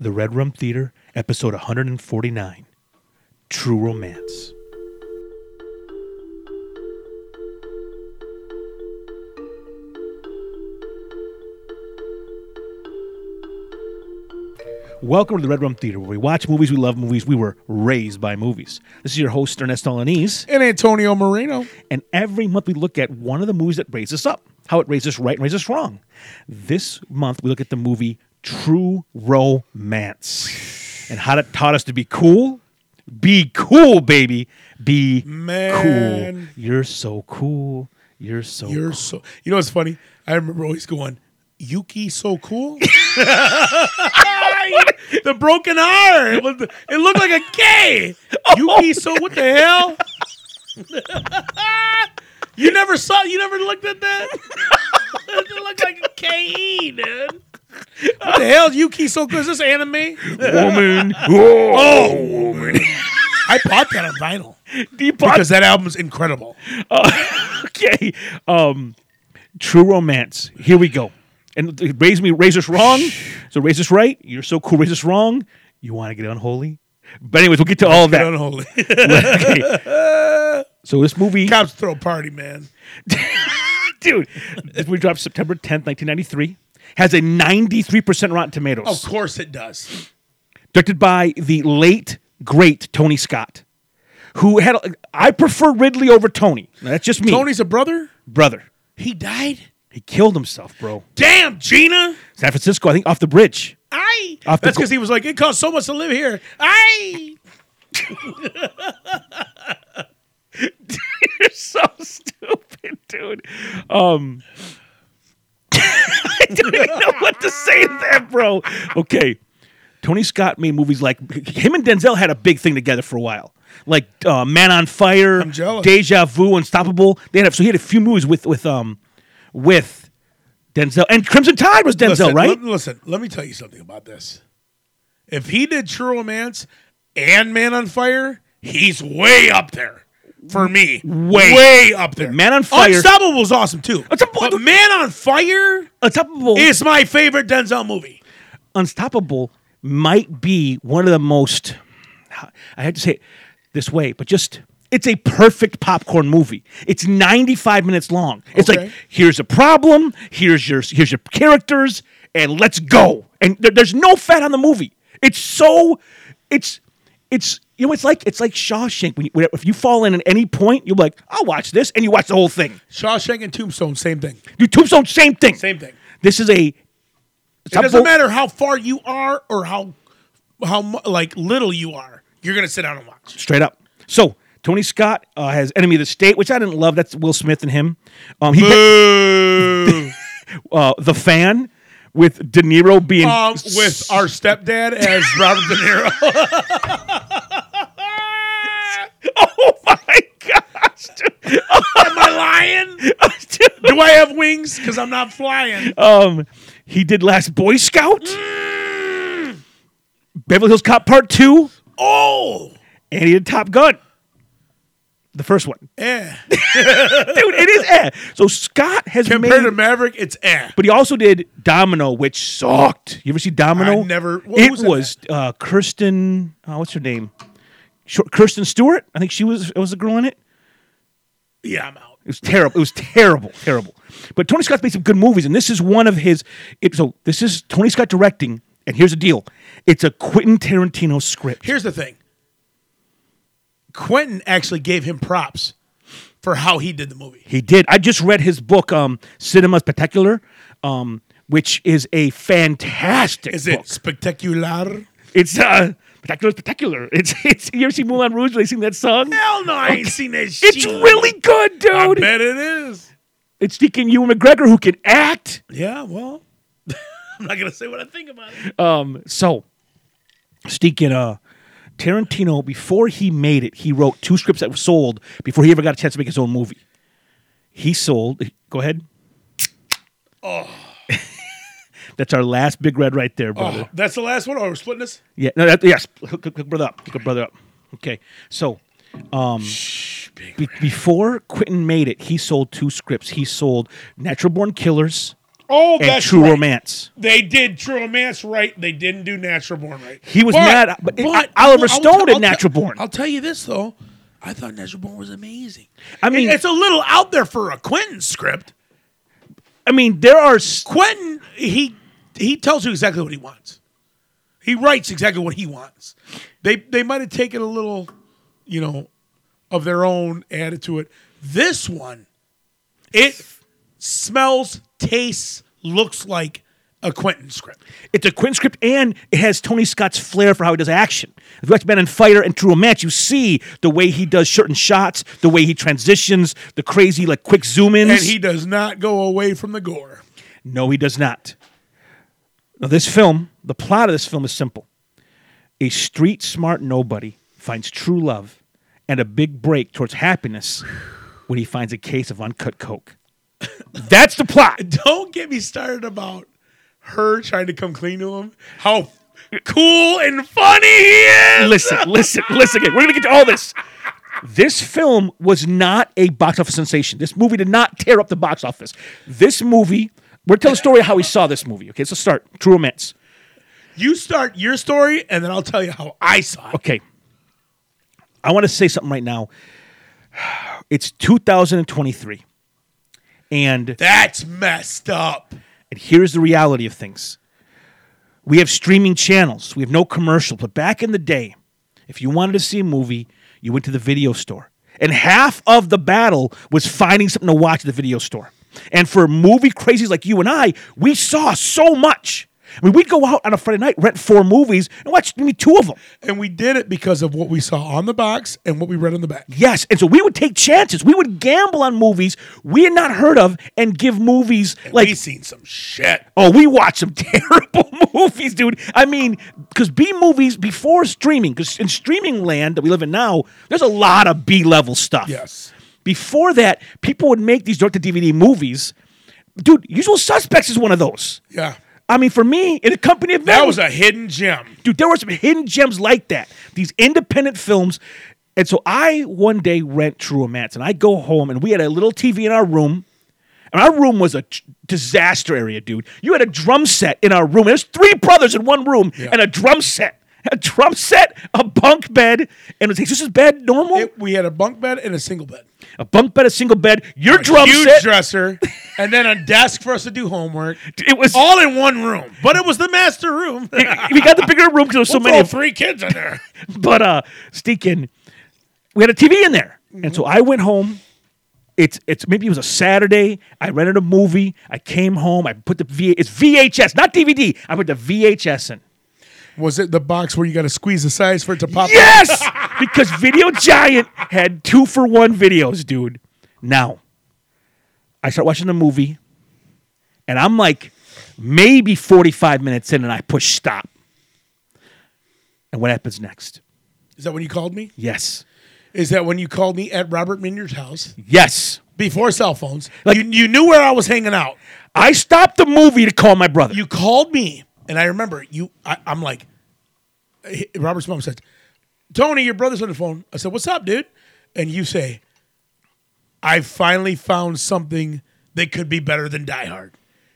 The Red Room Theater, episode 149 True Romance. Welcome to the Red Room Theater, where we watch movies, we love movies, we were raised by movies. This is your host, Ernesto Lanise. and Antonio Moreno. And every month we look at one of the movies that raised us up, how it raised us right and raised us wrong. This month we look at the movie True Romance and how it taught us to be cool. Be cool, baby. Be cool. Man. You're so cool. You're so You're so. You know what's funny? I remember always going, Yuki so cool. the broken R. It, was the- it looked like a K. Yuki so what the hell? you never saw. You never looked at that. it looked like a K E, dude. What the hell, is Yuki so cool? Is this anime? woman. Oh, woman. I bought that on vinyl because that album's incredible. okay. Um, True Romance. Here we go. And th- raise me, raise us wrong. So raise us right. You're so cool. Raise us wrong. You want to get unholy. But anyways, we'll get to all of that. Unholy. Okay. So this movie, Cops throw a party, man. dude, this movie dropped September 10th, 1993. Has a 93% Rotten Tomatoes. Of course it does. directed by the late great Tony Scott, who had a- I prefer Ridley over Tony. Now, that's just me. Tony's a brother. brother. He died. He killed himself, bro. Damn, Gina. San Francisco, I think, off the bridge. I. Off the That's co- because he was like, it costs so much to live here. I. You're so stupid, dude. Um, I don't even know what to say to that, bro. Okay, Tony Scott made movies like him and Denzel had a big thing together for a while, like uh, Man on Fire, I'm jealous. Deja Vu, Unstoppable. They had a, so he had a few movies with with um with Denzel and Crimson Tide was Denzel, Listen, right? l- listen, let me tell you something about this. If he did True Romance and Man on Fire, he's way up there for me. Way. way up there. Man on Fire- Unstoppable was awesome too. Unstoppable- But Man on Fire Unstoppable is my favorite Denzel movie. Unstoppable might be one of the most. I had to say it this way, but just it's a perfect popcorn movie. It's 95 minutes long. It's like Okay. here's a problem, here's your here's your characters, and let's go. And there, there's no fat on the movie. It's so, it's it's you know it's like it's like Shawshank when, you, when if you fall in at any point you're like I'll watch this and you watch the whole thing. Shawshank and Tombstone, same thing. You Tombstone same thing. Same thing. This is a. It doesn't matter how far you are or how how mu- like little you are. You're gonna sit down and watch. straight up. So Tony Scott uh, has Enemy of the State, which I didn't love. That's Will Smith and him. Um, he picked, Boo! uh, the fan with De Niro being um, with our stepdad as Robert De Niro. oh my gosh, dude. Am I lying? Dude. Do I have wings? Because I'm not flying. um, he did Last Boy Scout, Mm. Beverly Hills Cop Part Two, Oh, and he did Top Gun. The first one, eh. dude. It is eh. So Scott has Compared to made, Maverick, it's eh. but he also did Domino, which sucked. You ever see Domino? I never- wh- it who's in was uh, Kirsten. Uh, what's her name? Short, Kirsten Stewart. I think she was was the girl in it. Yeah, I'm out. It was terrible. It was terrible, terrible. But Tony Scott's made some good movies, and this is one of his. It, so this is Tony Scott directing, and here's the deal: it's a Quentin Tarantino script. Here's the thing. Quentin actually gave him props for how he did the movie. He did. I just read his book, um, Cinema Spectacular, um, which is a fantastic. Is book. it spectacular? It's uh, spectacular, spectacular. It's it's. You ever see Moulin Rouge? They sing that song. Hell no, I ain't seen that shit. It's really good, I dude. bet it is. It's freaking Ewan McGregor who can act. Yeah, well, I'm not gonna say what I think about it. Um, so Steakin, uh Tarantino, before he made it, he wrote two scripts that were sold before he ever got a chance to make his own movie. He sold. Go ahead. Oh, that's our last big red right there, brother. Oh, that's the last one. Oh, we're splitting this. Yeah. No. That, yes. Hook, hook- hook brother up. Hook brother up. Okay. So um, Be- before Quentin made it, he sold two scripts. He sold Natural Born Killers Oh, and that's True right. Romance. They did True Romance right. They didn't do Natural Born right. He was mad, but Oliver Stone did Natural Born. I'll tell you this though, I thought Natural Born was amazing. I mean- It- it's a little out there for a Quentin script. I mean, there are s- Quentin, he he tells you exactly what he wants. He writes exactly what he wants. They they might have taken a little, you know, of their own added to it. This one, it smells, tastes, looks like a Quentin script. it's a Quentin script, and it has Tony Scott's flair for how he does action. If you watch Man on Fire and True Romance, you see the way he does certain shots, the way he transitions, the crazy like quick zoom ins. And he does not go away from the gore. No, he does not. Now, this film, the plot of this film is simple. A street smart nobody finds true love and a big break towards happiness when he finds a case of uncut coke. That's the plot. Don't get me started about her trying to come clean to him. How cool and funny he is. Listen, listen, listen again. We're going to get to all this. This film was not a box office sensation. This movie did not tear up the box office. This movie, we're telling the story of how we saw this movie. Okay, so start. True Romance. You start your story, and then I'll tell you how I saw it. Okay. I want to say something right now. It's 2023. And That's messed up. and here's the reality of things. We have streaming channels. We have no commercials. But back in the day, if you wanted to see a movie, you went to the video store. And half of the battle was finding something to watch at the video store. And for movie crazies like you and I, we saw so much. I mean, we'd go out on a Friday night, rent four movies, and watch maybe two of them. And we did it because of what we saw on the box and what we read on the back. Yes, and so we would take chances. We would gamble on movies we had not heard of and give movies like we seen some shit. oh, we watch some terrible movies, dude. I mean, because B movies before streaming, because in streaming land that we live in now, there's a lot of B level stuff. Yes. Before that, people would make these direct to DVD movies. Dude, Usual Suspects is one of those. Yeah. I mean, for me, in a company of That men- was a hidden gem. dude there were some hidden gems like that these independent films and so i one day rent true romance and i go home and we had a little tv in our room and our room was a t- disaster area dude you had a drum set in our room there's three brothers in one room and a drum set a drum set a bunk bed and it was like, is this bed normal It- we had a bunk bed and a single bed. a bunk bed a single bed your A drum huge set dresser, and then a desk for us to do homework. it was All in one room, but it was the master room. we got the bigger room because there was so many all of three kids in there. but uh stinking we had a tv in there and so i went home it's it's maybe it was a saturday i rented a movie i came home i put the v it's vhs not dvd i put the vhs in Was it the box where you got to squeeze the size for it to pop? up? yes because video giant had two for one videos dude now i start watching the movie and i'm like maybe 45 minutes in and i push stop and what happens next Is that when you called me? yes Is that when you called me at Robert Minyard's house yes before cell phones? Like- you, you knew where I was hanging out. I stopped the movie to call my brother. You called me, and I remember you. I, I'm like, eh, Robert's mom said, "Tony, your brother's on the phone." I said, "What's up, dude?" And you say, "I finally found something that could be better than Die Hard.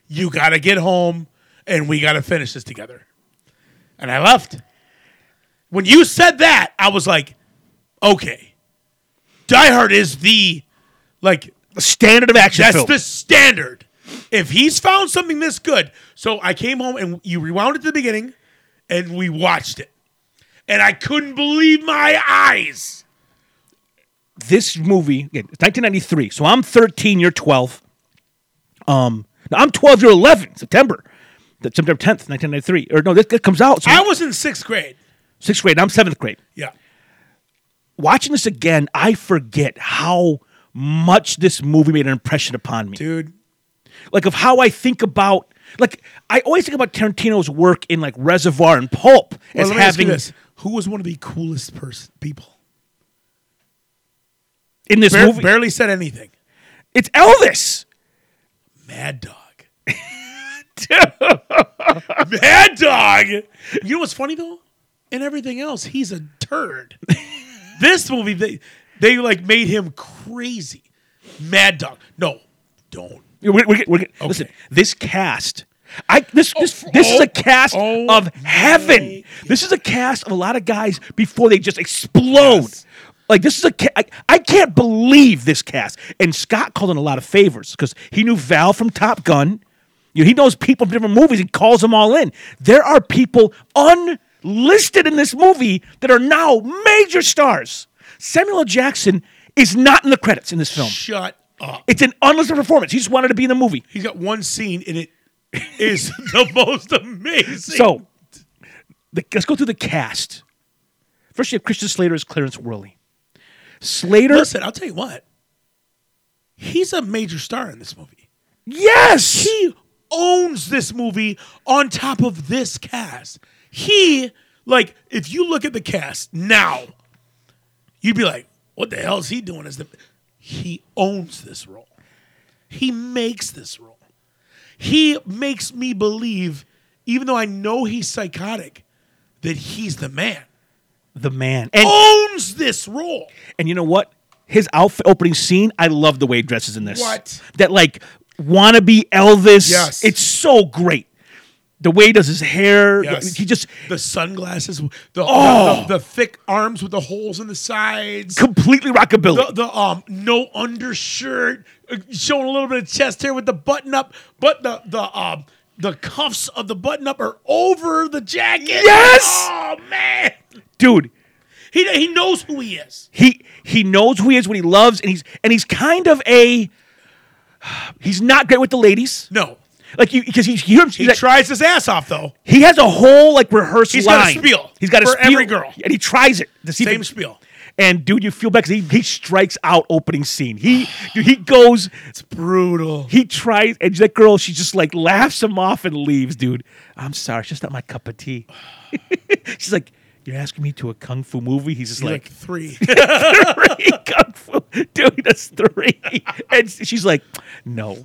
You got to get home, and we got to finish this together." And I left. When you said that, I was like, "Okay, Die Hard is the like standard of action that's film. the standard. If he's found something this good, so I came home and you rewound it to the beginning, and we watched it, and I couldn't believe my eyes. this movie, again, it's 1993. So I'm 13, you're 12. Um, no, I'm 12, you're 11, September. That's September 10th, 1993. Or no, this, this comes out. So I was in sixth grade. sixth grade, I'm seventh grade. Yeah, Watching this again, I forget how much this movie made an impression upon me. dude. Like, of how I think about. Like I always think about Tarantino's work in like Reservoir and Pulp as let me ask you having this: Who was one of the coolest person people? in this Bar- movie. Barely said anything. it's Elvis. Mad Dog. Mad Dog. You know what's funny though? And everything else, he's a turd. this movie, they they like made him crazy. Mad Dog. No, don't We're, we're, we're, Listen, this cast. I this this, f- this is oh, a cast oh of heaven. This is a cast of a lot of guys before they just explode. Like this is a ca- I, I can't believe this cast. And Scott called in a lot of favors because he knew Val from Top Gun. You know, he knows people from different movies and calls them all in. There are people unlisted in this movie that are now major stars. Samuel L. Jackson is not in the credits in this film. Shut up. It's an unlisted performance. He just wanted to be in the movie. He's got one scene and it is the most amazing. So the, let's go through the cast. First, you have Christian Slater as Clarence Worley. Slater, listen, I'll tell you what. He's a major star in this movie. yes, He owns this movie on top of this cast. He like if you look at the cast now, you'd be like, what the hell is he doing as the he owns this role. He makes this role. He makes me believe, even though I know he's psychotic, that he's the man. the man, and Oh! Owns this role. and you know what? His outfit opening scene, I love the way he dresses in this. What? that like wannabe Elvis? Yes. it's so great. The way he does his hair, Yes. he just The sunglasses, the, the- Oh. the, the thick arms with the holes in the sides. completely rockabilly. the, the um no undershirt, uh, showing a little bit of chest here with the button up, but the the um the cuffs of the button up are over the jacket. Yes! Oh man, Dude, he he knows who he is. he he knows who he is, what he loves, and he's and he's kind of a. He's not great with the ladies. No, Like you, because he, you hear him. he he's like- tries his ass off though. He has a whole like rehearsed He's got a line. spiel He's got a for spiel every girl. and he tries it. To see if Same it- spiel. And dude, you feel bad because he, he strikes out opening scene. He dude, he goes, Brutal. he tries, and that girl she just like laughs him off and leaves. Dude, I'm sorry, it's just not my cup of tea. She's like, you're asking me to a kung fu movie. He's just like, Like three. three kung fu, dude. That's three. And she's like, no.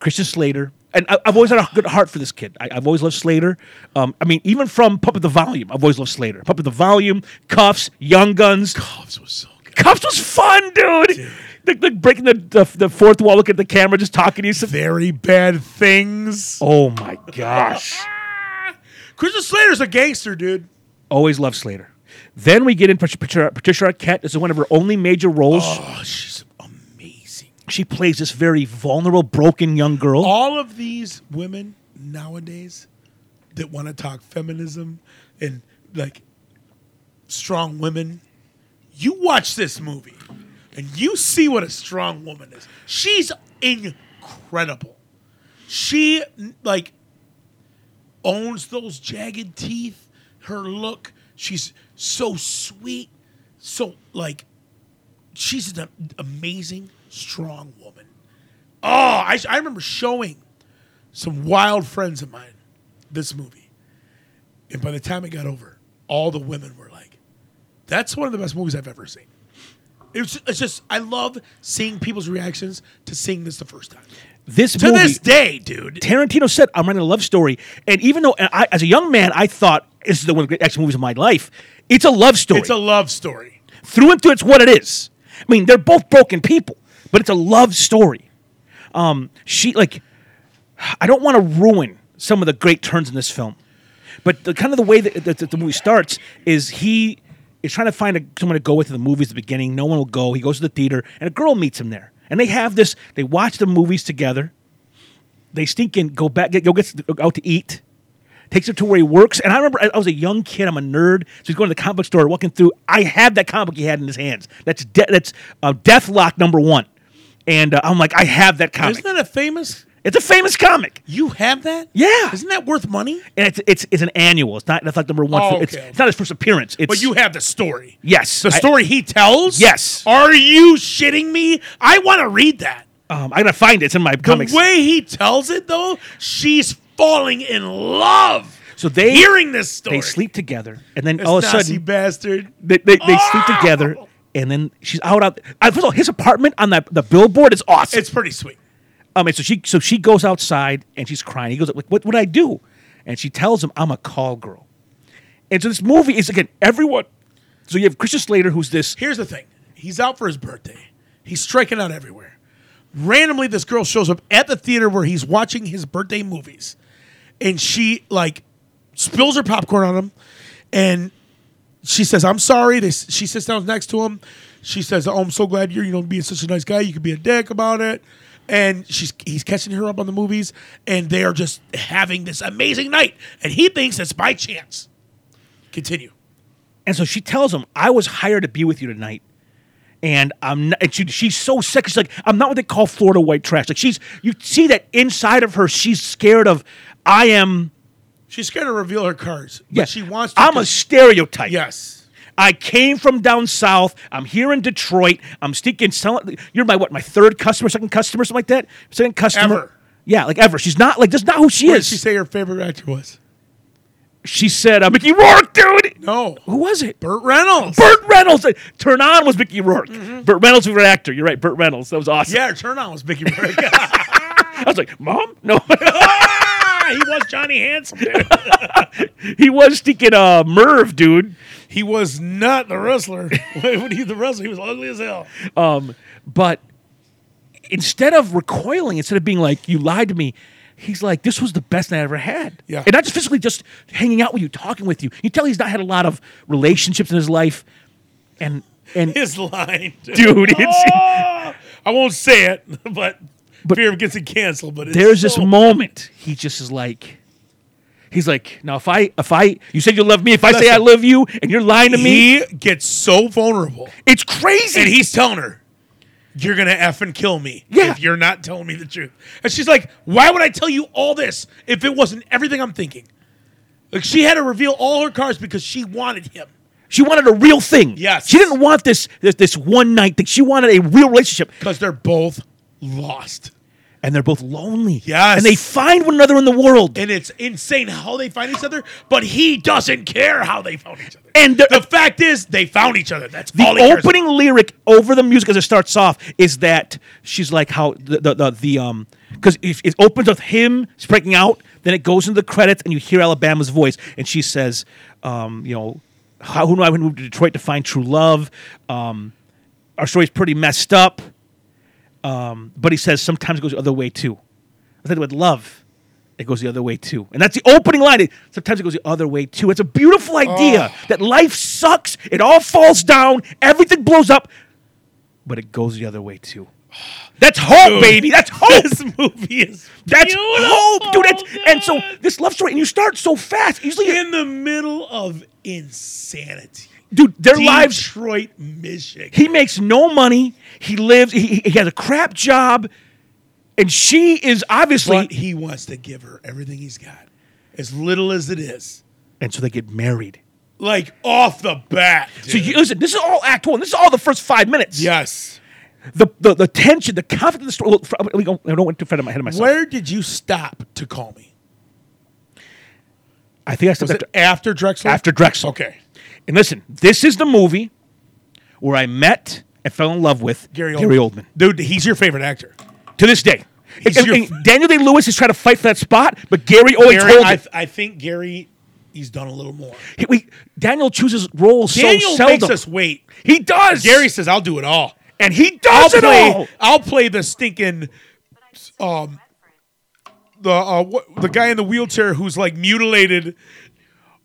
Christian Slater. And I, I've always had a good heart for this kid. I, I've always loved Slater. Um, I mean, even from Pup of the Volume, I've always loved Slater. Pup of the Volume, Cuffs, Young Guns. Cuffs was so good. Cuffs was fun, dude. Like, like breaking the, the, the fourth wall, looking at the camera, just talking to you. Very bad things. Ah! Oh my gosh. Christian Slater's a gangster, dude. always loved Slater. Then we get in Pat- Patricia, Patricia Arquette. This is one of her only major roles. Oh, she's amazing. She plays this very vulnerable, broken young girl. all of these women nowadays that want to talk feminism and like strong women, you watch this movie and you see what a strong woman is. She's incredible. She like owns those jagged teeth, her look. She's so sweet, so like she's an amazing strong woman. Oh, I, I remember showing some wild friends of mine this movie. And by the time it got over, all the women were like, that's one of the best movies I've ever seen. It was, it's just, I love seeing people's reactions to seeing this the first time. this To movie, this day, dude. Tarantino said, "I'm writing a love story," and even though and I, as a young man, I thought this is the one of the great action movies of my life. It's a love story. It's a love story. through and through, it's what it is. I mean, they're both broken people, but it's a love story. Um, she like, I don't want to ruin some of the great turns in this film, but the kind of the way that, that, that the movie starts is he is trying to find a, someone to go with to the movies at the beginning. No one will go. He goes to the theater, and a girl meets him there, and they have this. They watch the movies together. They stink and go back, get, go get go out to eat. Takes him to where he works. And I remember I, I was a young kid. I'm a nerd. So he's going to the comic book store, walking through. I had that comic book he had in his hands. That's de- that's uh, Deathlock number one. And uh, I'm like, I have that comic. Isn't that a famous? it's a famous comic. You have that? Yeah. Isn't that worth money? And it's it's it's an annual. It's not Deathlock number one. Oh, for- it's, okay. it's not his first appearance. It's But you have the story. yes. The I- story he tells? Yes. Are you shitting me? I want to read that. um, I gotta find it. It's in my comics. The way he tells it, though, she's falling in love. so they Hearing this story, they sleep together, and then This all of a Nazi sudden bastard. They, they, they sleep Oh! together, and then she's out out. uh, First of all, his apartment on that the billboard is awesome. It's pretty sweet. um, and so she so she goes outside and she's crying. He goes, like, "What would I do?" And she tells him, "I'm a call girl." And so this movie is again everyone. So you have Christian Slater, who's this Here's the thing: he's out for his birthday. He's striking out everywhere. randomly this girl shows up at the theater where he's watching his birthday movies and she like spills her popcorn on him and she says i'm sorry they, s- she sits down next to him she says oh i'm so glad you're you know being such a nice guy you could be a dick about it and she's he's catching her up on the movies and they are just having this amazing night and he thinks it's by chance continue And so she tells him, I was hired to be with you tonight. And I'm not, and she, she's so sick. She's like, I'm not what they call Florida white trash. Like she's, you see that inside of her, she's scared of, I am, she's scared to reveal her cards but yes, she wants to I'm a stereotype. yes I came from down south. I'm here in Detroit. I'm stinking selling. You're my what? My third customer, second customer, something like that. Second customer. Ever. Yeah, like ever. She's not like that's not who she what did is. she say her favorite actor was She said, uh, "Mickey Rourke, dude." no Who was it? burt reynolds Burt Reynolds. Turn on was Mickey Rourke. Burt Reynolds was an actor. You're right. Burt Reynolds. That was awesome. Mm-hmm. yeah her turn on was mickey rourke I was like, Mom, no. Ah, he was Johnny Handsome. dude. he was stinking uh, Merv, dude. He was not the wrestler. when he the wrestler, he was ugly as hell. Um, but instead of recoiling, instead of being like, "You lied to me," he's like, "This was the best night I ever had." Yeah. and not just physically, just hanging out with you, talking with you. You tell he's not had a lot of relationships in his life, and and His line, dude. Dude, it's- Ah! I won't say it, but, But- fear of gets it canceled. But it's there's this so- moment he just is like. He's like, now if I if I you said you love me, if I say I Listen. love you and you're lying to me, he gets so vulnerable, it's crazy. and he's telling her, "You're gonna f and kill me Yeah. if you're not telling me the truth." And she's like, "Why would I tell you all this if it wasn't everything I'm thinking?" Like she had to reveal all her cards because she wanted him. she wanted a real thing. Yes. she didn't want this this, this one night thing. She wanted a real relationship. Because they're both lost. and they're both lonely. Yes. And they find one another in the world. And it's insane how they find each other, but he doesn't care how they found each other. And the, the fact is, they found each other. That's the all he cares about. opening lyric over the music as it starts off is that she's like how the the, the, the um because it, it opens with him breaking out, then it goes into the credits and you hear Alabama's voice and she says, um, you know, how who knew I would move to Detroit to find true love? Um, our story's pretty messed up. Um, but he says sometimes it goes the other way too. I said with love, it goes the other way too. And that's the opening line. It- Sometimes it goes the other way too. It's a beautiful idea Oh. that life sucks, it all falls down, everything blows up, but it goes the other way too. That's hope, baby. That's hope. This movie is That's beautiful, hope, dude. That's, and so dude. this love story, and you start so fast. Usually, in the middle of insanity. dude, their lives Detroit, Michigan. He makes no money. He lives. He, he has a crap job, and she is obviously. But he wants to give her everything he's got, as little as it is. and so they get married. Like off the bat. So dude. you, listen, this is all Act One. This is all the first five minutes. yes. The the, the tension, the conflict in the story. Well, fr- we don't- I don't went too far ahead of myself. Where did you stop to call me? I think I said Was it after, after Drexel? after Drexel. Okay. And listen, this is the movie where I met and fell in love with Gary Oldman. Oldman. Dude, he's your favorite actor. to this day. He's And- your- and Daniel Day Lewis is trying to fight for that spot, but Gary Oldman. Gary, I, I think Gary, he's done a little more. he, we, Daniel chooses roles Daniel so seldom. makes us wait. he does. Gary says, "I'll do it all. and he I'll does it play. all. I'll play the stinking, um, the uh, wh- the guy in the wheelchair who's like mutilated."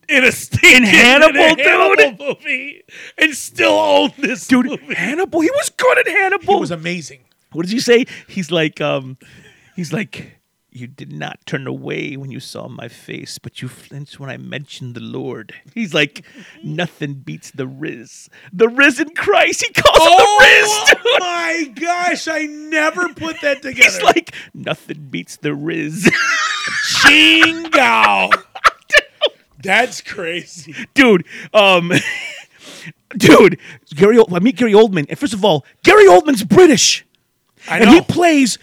In a stinking in Hannibal, a dude. Hannibal movie, and still own this Dude, movie. Hannibal, he was good at Hannibal. He was amazing. what did you say? He's like, um, he's like, you did not turn away when you saw my face, but you flinched when I mentioned the Lord. He's like, nothing beats the Riz, the risen Christ. He calls Oh, him the Riz. Dude. my gosh! I never put that together. He's like, nothing beats the Riz, Jingo. That's crazy. dude. Um. Dude, Gary. Old- I meet Gary Oldman, and first of all, Gary Oldman's British, I and he plays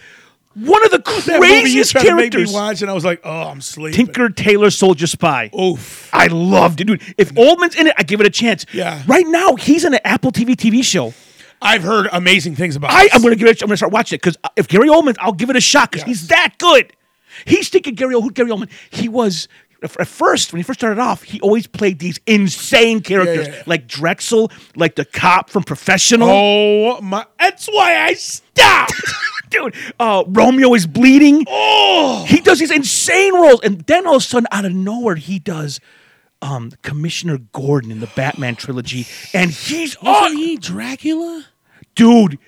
one of the that movie you craziest tried to make me characters. watch, and I was like, "Oh, I'm sleeping." Tinker Tailor Soldier Spy. Oof. I loved it, dude. If Oldman's in it, I give it a chance. Yeah. Right now, he's in an Apple TV TV show. I've heard amazing things about. I, this. I'm gonna give it. I'm gonna start watching it because if Gary Oldman, I'll give it a shot because Yes. he's that good. He's thinking Gary. Who Gary Oldman? He was at first when he first started off. He always played these insane characters yeah. like Drexel, like the cop from Professional. Oh my! That's why I stopped. dude, uh, Romeo is bleeding. Oh, he does these insane roles, and then all of a sudden, out of nowhere, he does um, Commissioner Gordon in the Batman trilogy, and he's Oh, on, he Dracula? dude.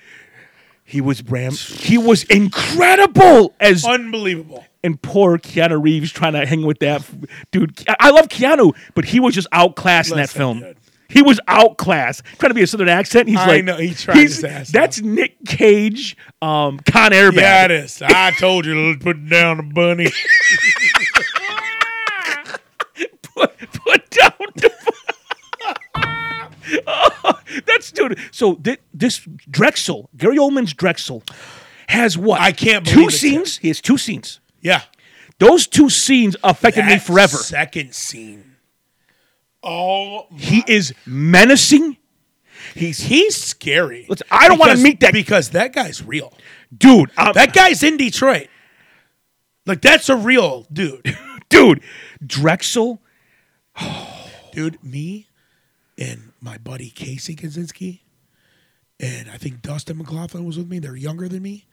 He was Bram. He was incredible as Unbelievable. and poor Keanu Reeves trying to hang with that dude. I- I love Keanu, but he was just outclassed in that Listen, film. dude. He was outclassed. Trying to be a southern accent, he's I like, know, he tried he's- his ass That's Nick Cage, um, Con Air bad. Yeah, it is. I told you to put down the bunny. put, put down the. Oh, that's dude. So thi- this Drexel, Gary Oldman's Drexel, has what? I can't two believe it's scenes. He has two scenes. Yeah. Those two scenes affected me That forever. Second scene. Oh, He is menacing. He's he's scary. Listen, I don't wanna Because- meet that- because that guy's real. dude. I'm- That guy's in Detroit. Like that's a real dude. dude, Drexel. dude, me and my buddy Casey Kaczynski, and I think Dustin McLaughlin was with me. They're younger than me.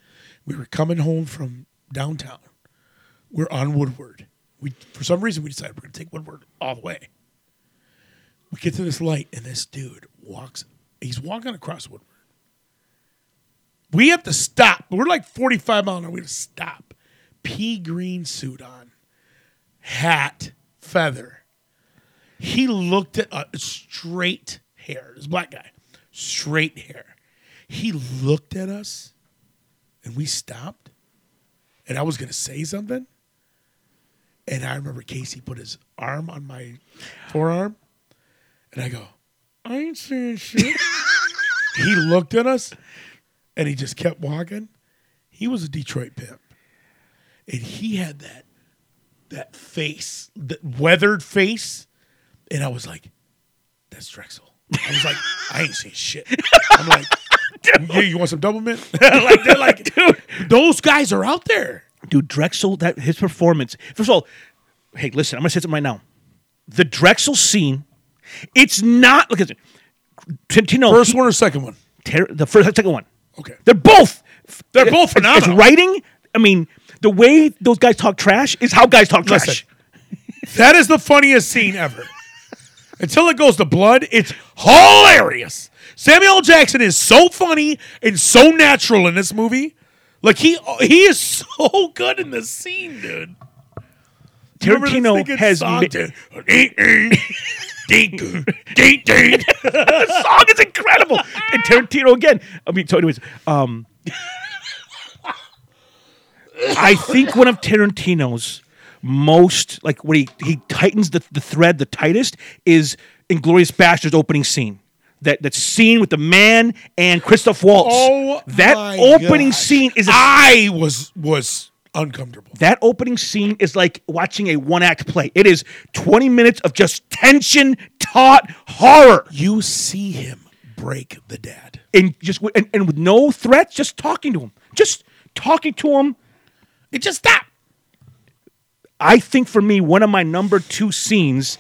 We were coming home from downtown. We're on Woodward. We for some reason we decided we're gonna take Woodward all the way. We get to this light, and this dude walks. He's walking across Woodward. We have to stop. We're like 45 mile an hour. We have to stop. Pea green suit on, hat, feather. He looked at uh, straight hair. This black guy, straight hair. He looked at us, and we stopped. And I was gonna say something, and I remember Casey put his arm on my forearm, and I go, "I ain't saying shit." he looked at us, and he just kept walking. He was a Detroit pimp, and he had that that face, that weathered face. And I was like, that's Drexel. I was like, I ain't seen shit. I'm like, yeah, you want some double mint? like, they're like, dude, those guys are out there. Dude, Drexel, that his performance. First of all, hey, listen, I'm gonna say something right now. The Drexel scene, it's not look at it. Tarantino, First he- one or second one? ter- the first second one. Okay. They're both They're it's- both it's phenomenal. writing, I mean, the way those guys talk trash is how guys talk trash. Listen. That is the funniest scene ever. Until it goes to blood, it's hilarious. Samuel L. Jackson is so funny and so natural in this movie. Like he he is so good in this scene, dude. You remember this Tarantino thing in has song, mi- dude? Ding, ding, ding, ding, ding. the song is incredible. and Tarantino again. I mean, so anyways, um, I think one of Tarantino's most like when he he tightens the, the thread the tightest is Inglorious Bastards opening scene. That that scene with the man and Christoph Waltz. Oh that my opening gosh. scene is a I was was uncomfortable. that opening scene is like watching a one act play. It is 20 minutes of just tension, taut horror. You see him break the dad. and just with- and, and with no threats, just talking to him, just talking to him. It just stopped. I think for me, one of my number two scenes,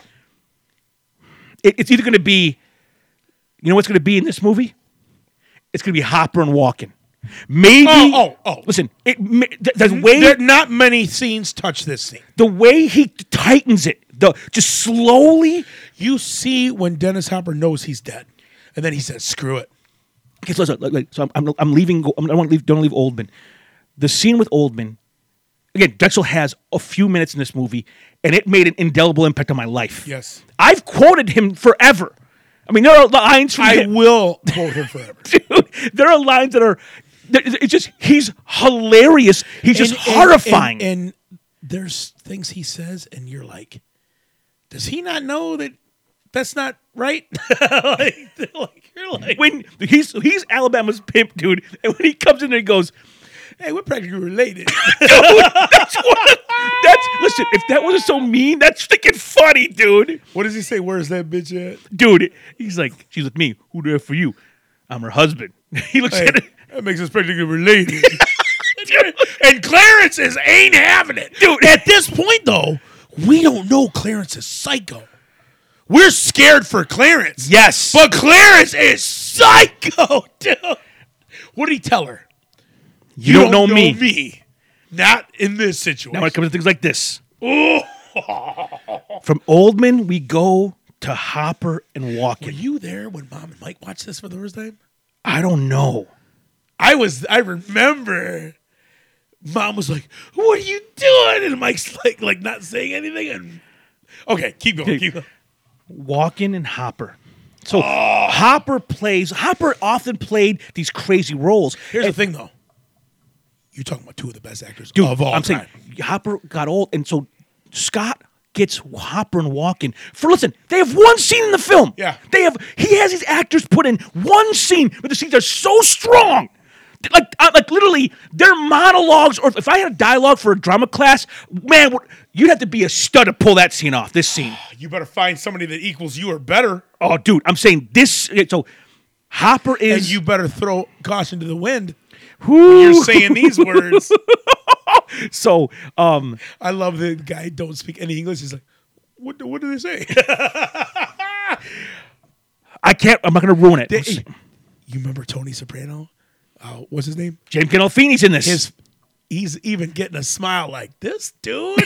it- it's either going to be, you know, what's going to be in this movie? It's going to be Hopper and Walken. Maybe. Oh, oh, oh. Listen, it ma- th- the way There, not many scenes touch this scene. the way he tightens it, the just slowly. You see when Dennis Hopper knows he's dead, and then he says, "Screw it." Okay, so, so, like, like, so I'm, I'm, I'm leaving. Go- I'm, I want to leave. Don't leave Oldman. The scene with Oldman. Again, Drexel has a few minutes in this movie, and it made an indelible impact on my life. Yes. I've quoted him forever. I mean, there are lines from I him- will quote him forever. dude. There are lines that are. that- It's just he's hilarious. He's just And- and- horrifying. And, and there's things he says, and you're like, "Does he not know that that's not right?" like, like, you're like, when he's he's Alabama's pimp, dude, and when he comes in there, he goes. "Hey, we're practically related." That's what. That's listen. If that wasn't so mean, that's freaking funny, dude. what does he say? Where's that bitch at? dude. He's like, she's with me. Who there for you? I'm her husband. He looks Hey, at it, that makes us practically related. dude. and Clarence is ain't having it, dude. At this point, though, we don't know Clarence is psycho. We're scared for Clarence. Yes. but Clarence is psycho, dude. What did he tell her? You, don't, know, me. Not in this Now when situation. it comes to things like this. From Oldman, we go to Hopper and Were Walken. you there when Mom and Mike watched this for the first time? I don't know. I was. I remember. Mom was like, "What are you doing?" And Mike's like, like not saying anything. And okay, keep going. Keep going. Walken and Hopper. So Hopper plays. Hopper often played these crazy roles. Here's the thing, though. You're talking about two of the best actors Dude, of all I'm time. saying Hopper got old, and so Scott gets Hopper and Walken for listen. They have one scene in the film. Yeah. they have. He has his actors put in one scene, but the scenes are so strong. Like, I- like literally, their monologues. Or if I had a dialogue for a drama class, man, what- you'd have to be a stud to pull that scene off. This scene. you better find somebody that equals you or better, Oh, dude, I'm saying this. So Hopper is and you better throw caution to the wind. Whoo! You're saying these words. so. Um, I love the guy don't speak any English. He's like, "What? do- What do they say?" I can't. I'm not going to ruin it. Hey, you remember Tony Soprano? Uh, what's his name? James Gandolfini's in this. His, he's even getting a smile like this dude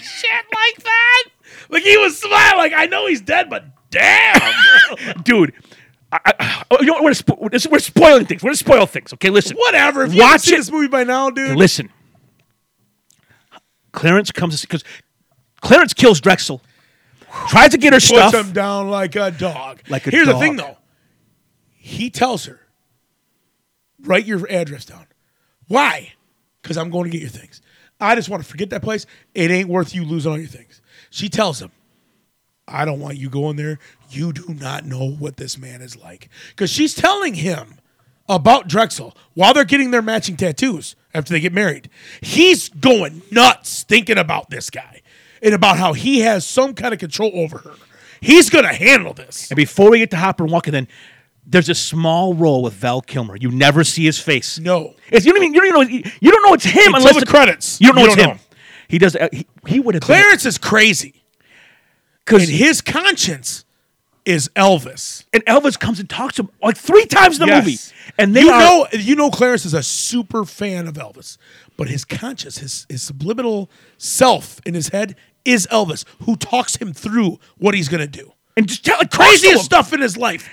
shit like that. Like he was smiling. Like I know he's dead, but damn. dude. I, I, oh, you know what? We're, spo- we're- we're spoiling things. We're gonna spoil things. Okay, listen. Whatever. If you haven't Watch seen it. this movie by now, dude. Listen. Clarence comes because Clarence kills Drexel. Tries to get her puts stuff. him down like a dog. Like a Here's the thing, dog. though. He tells her, "Write your address down." Why? Because I'm going to get your things. I just want to forget that place. It ain't worth you losing all your things. She tells him, "I don't want you going there. You do not know what this man is like." Because she's telling him about Drexel while they're getting their matching tattoos after they get married. He's going nuts thinking about this guy and about how he has some kind of control over her. He's gonna handle this. And before we get to Hopper and Walken, then there's a small role with Val Kilmer. You never see his face. No. It's, you don't even you don't even know you don't know it's him unless the it- credits. You don't know You it's don't him. know. He does. Uh, he, he would have been- Clarence is crazy. Cause his conscience is Elvis. and Elvis comes and talks to him like three times in the Yes. movie, and they you are, know you know Clarence is a super fan of Elvis, but his conscience, his his subliminal self in his head is Elvis, who talks him through what he's gonna do. and just tell like crazy Craziest stuff in his life.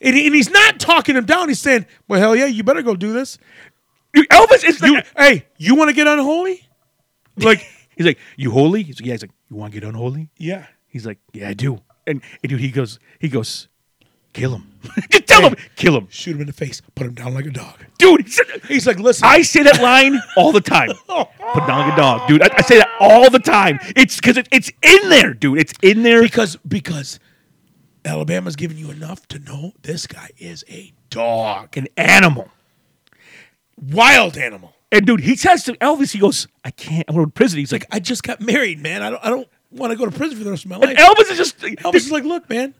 And, and he's not talking him down. He's saying, Well, hell yeah, you better go do this. Elvis is You hey, you wanna get unholy? like he's like you holy. He's like, yeah. He's like you want to get unholy. Yeah. He's like yeah, I do. And, and dude, he goes he goes kill him. just tell him kill him, Shoot him in the face, put him down like a dog. dude. he said- He's like, listen, I say that line all the time. Oh. Put down like a dog, dude. I, I say that all the time. It's because it, it's in there, dude. It's in there. because because Alabama's giving you enough to know this guy is a dog, An animal. wild animal. And dude, he says to Elvis, he goes, "I can't. I'm going to prison." He's like, I just got married, man. I don't I don't want to go to prison for the rest of my and life. Elvis is just Elvis is like, look, man.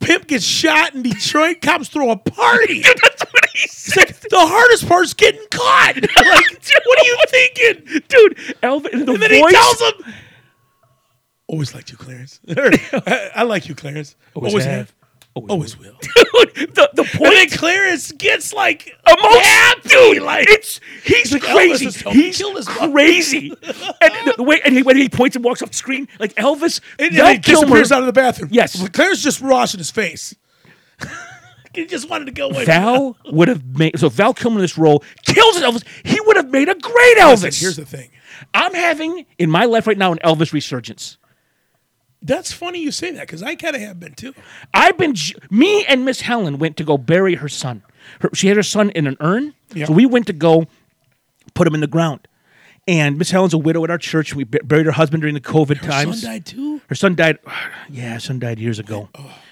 Pimp gets shot in Detroit. Cops throw a party. That's what he It's said. like, the hardest part's getting caught. Like, what are you thinking? dude. Elvis, and the And then voice. he tells him, "Always liked you, Clarence. I, I like you, Clarence. Always, have. Always, will." Oh, dude, the, the and point. then Clarence gets like Emotion, happy, dude. like it's he's like, crazy. Elvis is helping he's kill this mother- crazy. and the, the way and he, when he points and walks off the screen, like Elvis, and, Val then he Kilmer, disappears out of the bathroom. Yes. Clarence just washing his face. he just wanted to go away. Val would have made so Val Kilmer in this role kills Elvis. He would have made a great Elvis. Listen, here's the thing. I'm having in my life right now an Elvis resurgence. That's funny you say that because I kind of have been too. I've been j- me and Miss Helen went to go bury her son. Her, she had her son in an urn, Yeah. so we went to go put him in the ground. And Miss Helen's a widow at our church. And we bu- buried her husband during the COVID times. Son died too. Oh. Her son died. Yeah, her son died years ago.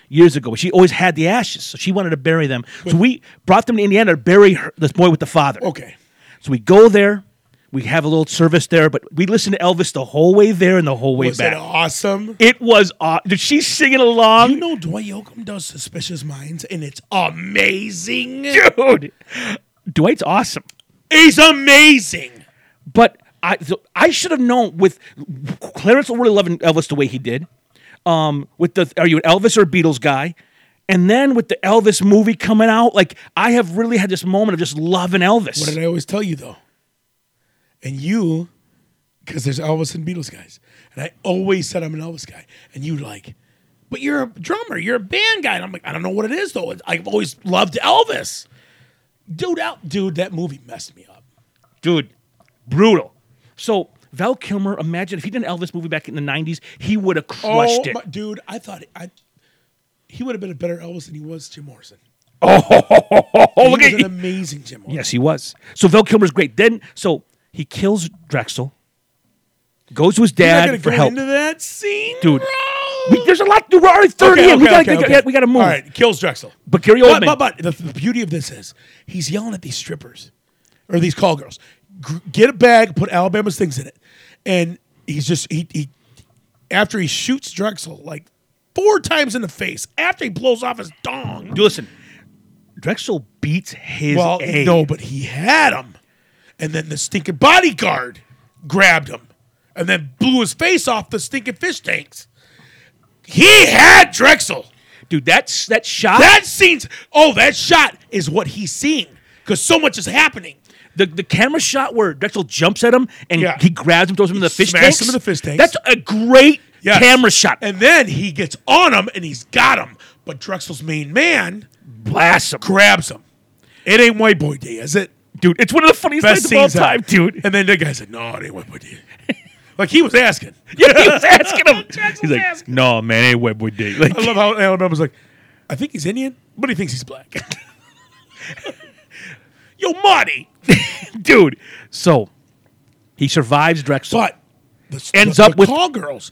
Years ago, but she always had the ashes, so she wanted to bury them. So we brought them to Indiana to bury her, this boy with the father. Okay. So we go there. We have a little service there, but we listen to Elvis the whole way there and the whole way Was that back. awesome? It was aw- Did she singing along? You know Dwight Yoakam does Suspicious Minds, and it's amazing. dude. Dwight's awesome, He's amazing. but I so I should have known with Clarence O'Reilly loving Elvis the way he did. Um, with the are you an Elvis or Beatles guy? And then with the Elvis movie coming out, like I have really had this moment of just loving Elvis. What did I always tell you though? And you, because there's Elvis and Beatles guys, and I always said I'm an Elvis guy, and you like, but you're a drummer, you're a band guy, and I'm like, I don't know what it is though. It's- I've always loved Elvis, dude. Out, dude, that movie messed me up. dude, brutal. So Val Kilmer, imagine if he did an Elvis movie back in the '90s, he would have crushed it. Oh my- dude, I thought I, he would have been a better Elvis than he was Jim Morrison. oh, He look was at an amazing Jim Morrison. yes, he was. So Val Kilmer's great. Then so he kills Drexel, goes to his You're not dad gonna for go help, into that scene, dude. bro? We, there's a lot. We're already 30 in. we gotta, get- we gotta move. All right, kills Drexel. But Gary Oldman, But, but, but the, the beauty of this is he's yelling at these strippers or these call girls. Gr- Get a bag, put Alabama's things in it, and he's just he, he after he shoots Drexel like four times in the face after he blows off his dong. dude, listen. Drexel beats his Well, A. no, but he had him, and then the stinking bodyguard grabbed him, and then blew his face off the stinking fish tanks. He had Drexel. dude, that's that shot. That scene's oh, that shot is what he's seeing because so much is happening. The, the camera shot where Drexel jumps at him and Yeah. he grabs him, throws him in the fish Smash tanks. him in the fish tanks. That's a great Yes. camera shot. And then he gets on him and he's got him. But Drexel's main man Blast him, grabs him. It ain't White Boy Day, is it? dude. It's one of the funniest Best things of all scenes ever. time, dude. And then the guy said, "No, it ain't White Boy Day." like he was asking. yeah, he was asking him. He's Drexel's like, asking. "No, man, ain't what we did." Like, I love how Alabama was like, "I think he's Indian, but he thinks he's black." Yo, Marty. dude. So he survives Drexel. But the, Ends the- up the with- call girls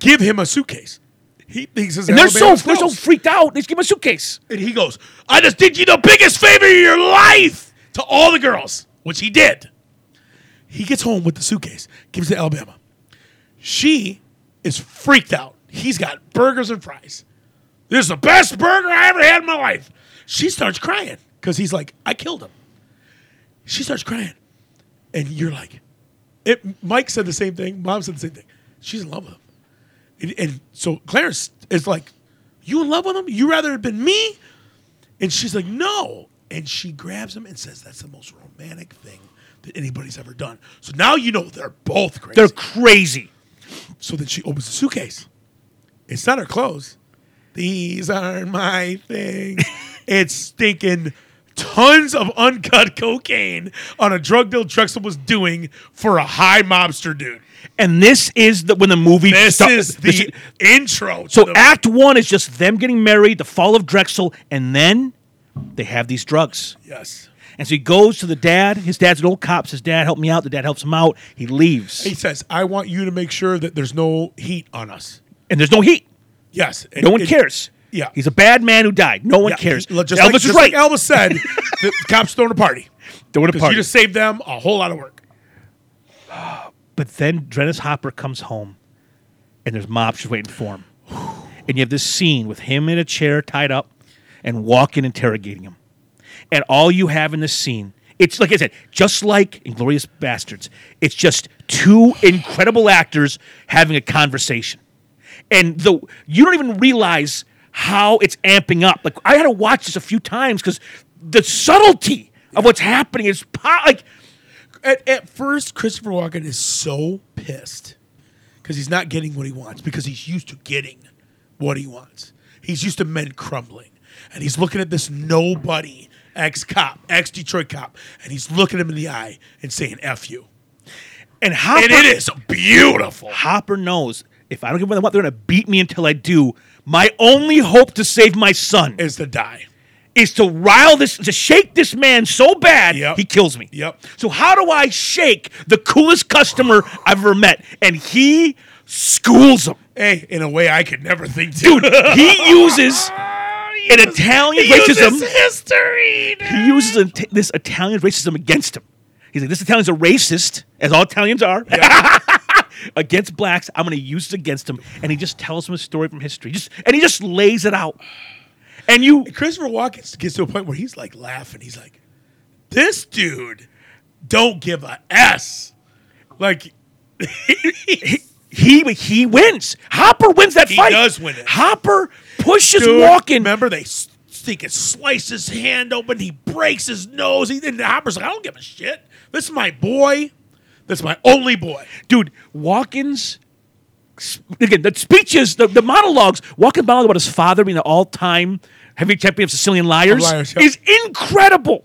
give him a suitcase. He thinks it's and they're so Alabama they're so Smells. freaked out. They just give him a suitcase. And he goes, I just did you the biggest favor of your life to all the girls, which he did. He gets home with the suitcase, gives it to Alabama. She is freaked out. He's got burgers and fries. This is the best burger I ever had in my life. She starts crying because he's like, I killed him. She starts crying. And you're like, it, Mike said the same thing. Mom said the same thing. She's in love with him. And, and so Clarence is like, You in love with him? You rather have been me? And she's like, No. And she grabs him and says, That's the most romantic thing that anybody's ever done. So now you know they're both crazy. They're crazy. so then she opens the suitcase. It's not her clothes. These are my things. it's stinking tons of uncut cocaine on a drug deal Drexel was doing for a high mobster dude. And this is the when the movie. This start- is the this is- intro. to So the- Act One is just them getting married, the fall of Drexel, and then they have these drugs. yes. And so he goes to the dad. His dad's an old cop. Says, "Dad, help me out." The dad helps him out. He leaves, He says, I want you to make sure that there's no heat on us. and there's no heat. Yes. And No one it- cares. yeah. he's a bad man who died. No one yeah, cares. Just Elvis like, is just right. like Elvis said, the cops throwing a party. Throwing a Because party. you just saved them a whole lot of work. but then Dennis Hopper comes home, and there's mobsters waiting for him. And you have this scene with him in a chair tied up, and walking interrogating him. And all you have in this scene, it's like I said, just like Inglorious Bastards, it's just two incredible actors having a conversation. And the you don't even realize how it's amping up. Like I had to watch this a few times because the subtlety of what's happening is po- like At, at first, Christopher Walken is so pissed because he's not getting what he wants because he's used to getting what he wants. He's used to men crumbling. And he's looking at this nobody ex cop, ex Detroit cop, and he's looking him in the eye and saying, F you. and how And it is beautiful. Hopper knows if I don't get what I want, they're gonna beat me until I do. My only hope to save my son Is to die. is to rile this, to shake this man so bad Yep. he kills me. Yep. So how do I shake the coolest customer I've ever met? And he schools him, Hey, in a way I could never think to. dude. He uses an Italian racism. history. he uses an- this Italian racism against him. He's like, this Italian's a racist, as all Italians are. against blacks, I'm going to use it against him. And he just tells him a story from history. Just and he just lays it out. And you, Christopher Walken gets to a point where he's like laughing. He's like, "This dude don't give a s." Like, he, He he wins. Hopper wins that He fight. does win it. Hopper pushes Dude, Walken. Remember they s- think it sliced his hand open. He breaks his nose. He, and Hopper's like, I don't give a shit. This is my boy. This is my only boy. dude, Walkins. Again, the speeches, the, the monologues, Walken monologue about his father being the all time heavy champion of Sicilian liars, Liars, yeah. is incredible.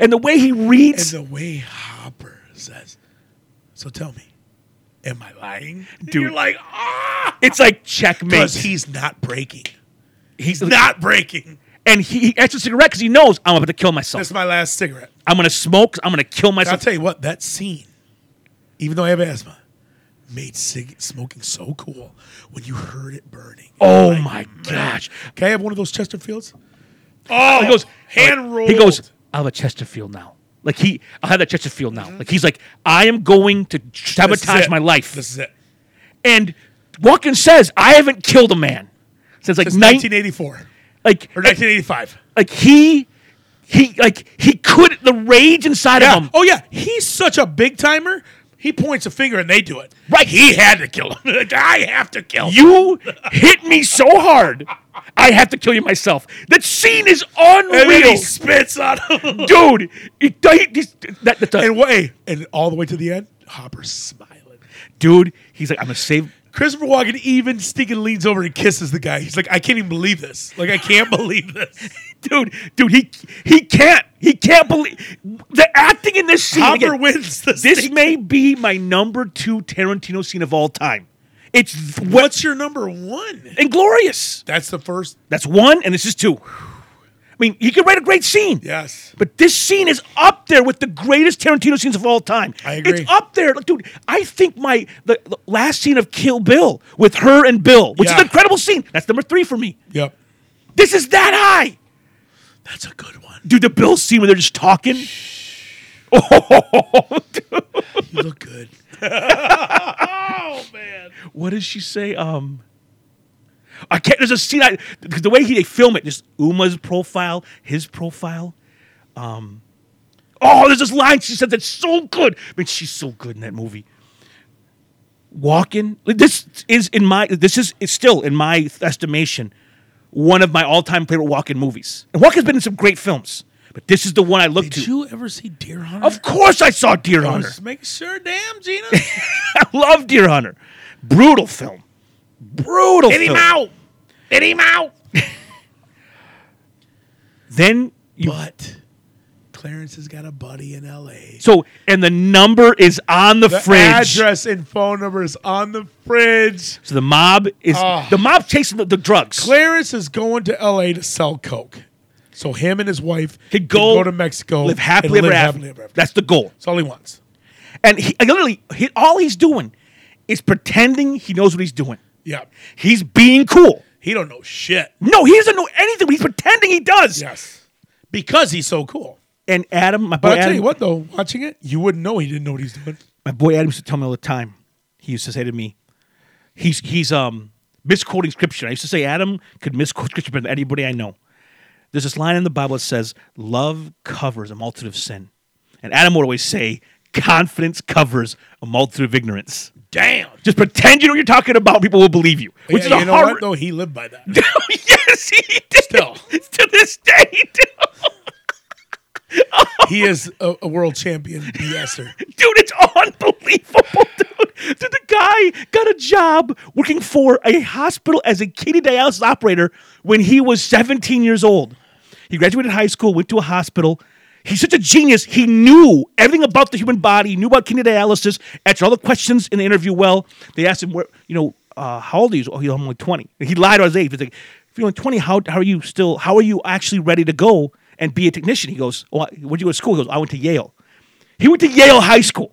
And the way he And reads, the way Hopper says, so tell me, am I lying? And Dude. You're like, ah! it's like checkmate. Because he's not breaking. he's Not breaking. and he, he asks a cigarette because he knows I'm about to kill myself. That's my last cigarette. I'm gonna smoke. I'm gonna kill I'll myself. tell you what, that scene, even though I have asthma, made cig- smoking so cool when you heard it burning. oh my gosh! Can I have one of those Chesterfields? Oh, he goes hand He goes. rolled. I'll have a Chesterfield now. Like he, I'll have that Chesterfield now. Like he's like, I am going to This is sabotage it. my life. This is it. and Walken says, I haven't killed a man since like It's 19, 1984 like or 1985. like he he like he could the rage inside Yeah. of him. Oh yeah, he's such a big timer. He points a finger and they do it. Right. He had to kill him. Like, I have to kill him. You hit me so hard, I have to kill you myself. That scene is and then he unreal, spits on him. dude. It, it, it's- that, that, that- and way and all the way to the end, Hopper's smiling. dude, he's like, I'm gonna save. Christopher Walken even stinking leans over and kisses the guy. He's like, I can't even believe this. Like, I can't believe this. Dude, dude, he he can't he can't believe the acting in this scene. Hopper again, wins this. this thing. may be my number two Tarantino scene of all time. It's What's your number one? inglorious. That's the first. That's one, and this is two. I mean, he could write a great scene. Yes. But this scene is up there with the greatest Tarantino scenes of all time. I agree. It's up there, Like, dude. I think my the, the last scene of Kill Bill with her and Bill, which is Yeah. an incredible scene. That's number three for me. Yep. This is that high, That's a good one. dude. The Bill scene where they're just talking. Oh. You look good. oh man. What does she say? Um, I can't. There's a scene I because the way he they film it, just Uma's profile, his profile. Um, oh, there's this line she said that's so good. I mean, she's so good in that movie. Walking. This is in my. This is it's still in my estimation one of my all-time favorite Walken movies. And Walken's been in some great films, but this is the one I look Did to. you ever see Deer Hunter? Of course, I saw Deer I was Hunter. just making sure. Damn, Gina. I love Deer Hunter. Brutal film. Brutal. Get him film. out. Get him out. Then you But Clarence has got a buddy in L.A. so and the number is on the, The fridge. address and phone number is on the fridge. So the mob is Ah. the mob chasing the, the drugs. Clarence is going to L.A. to sell coke, so him and his wife Could go, to Mexico, live and happily ever live after. happily ever after. That's the goal. That's all he wants. And he, like, literally, he, all he's doing is pretending he knows what he's doing. Yeah, He's being cool. he don't know shit. No, he doesn't know anything. But he's pretending he does. Yes, because he's so cool. And Adam, my boy But I tell Adam, you what, though, watching it, you wouldn't know he didn't know what he's doing. my boy Adam used to tell me all the time. He used to say to me, he's he's um misquoting scripture. I used to say Adam could misquote scripture better than anybody I know. There's this line in the Bible that says, "Love covers a multitude of sin," and Adam would always say, "Confidence covers a multitude of ignorance." Damn. Oh, Just pretend you know what you're talking about, people will believe you, which Yeah, is you a know hard. what? Though he lived by that. yes, he did. Still. to this day, he did. he is a, a world champion BSer. Dude, it's unbelievable, dude. Dude, the guy got a job working for a hospital as a kidney dialysis operator when he was 17 years old. He graduated high school, went to a hospital. He's such a genius. He knew everything about the human body. He knew about kidney dialysis. Answered all the questions in the interview well. They asked him, where, you know, uh, how old are you? Oh, he's only 20. He lied on his age. He's like, if you're only 20, how, how are you still, how are you actually ready to go and be a technician? He goes, oh, I- where'd you go to school? He goes, I went to Yale. He went to Yale High School.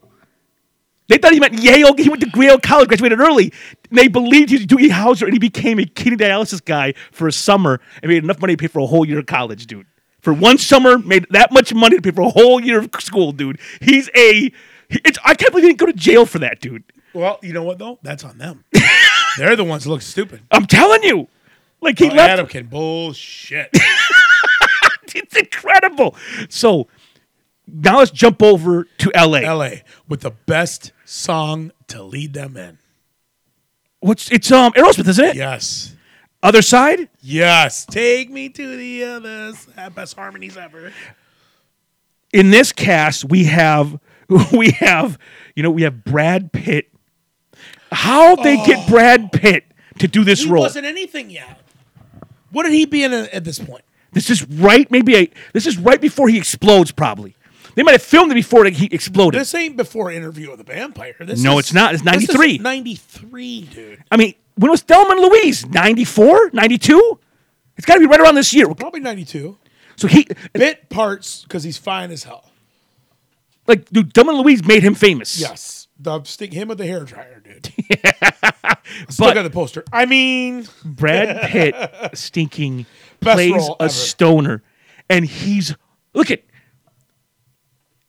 They thought he meant Yale. He went to Yale College, graduated early. And they believed he was Doogie Howser, and he became a kidney dialysis guy for a summer and made enough money to pay for a whole year of college, dude. For one summer, made that much money to pay for a whole year of school, dude. He's a. He, it's, I can't believe he didn't go to jail for that, dude. Well, you know what though? That's on them. They're the ones that look stupid. I'm telling you. Like, he Oh, left. Adam can bullshit. It's incredible. So now let's jump over to LA. LA with the best song to lead them in. What's it's um Aerosmith, isn't it? Yes. Other side. Yes. Take me to the other side. Best harmonies ever. In this cast, we have we have you know we have Brad Pitt. How they get Brad Pitt to do this Oh. He role? wasn't anything yet. What did he be in at this point? This is right, maybe a, this is right before he explodes. Probably they might have filmed it before he exploded. This ain't before Interview with the Vampire. This No, is- it's not. It's this is 93. 93, dude. I mean, when was Thelma and Louise? 94? 92? It's got to be right around this year. Probably 92. So he, Bit parts because he's fine as hell. like, dude, Thelma and Louise made him famous. Yes. The stick him with the hair dryer, dude. Still got But the poster. I mean, Brad Pitt stinking Best plays role a ever. stoner. And he's, look at,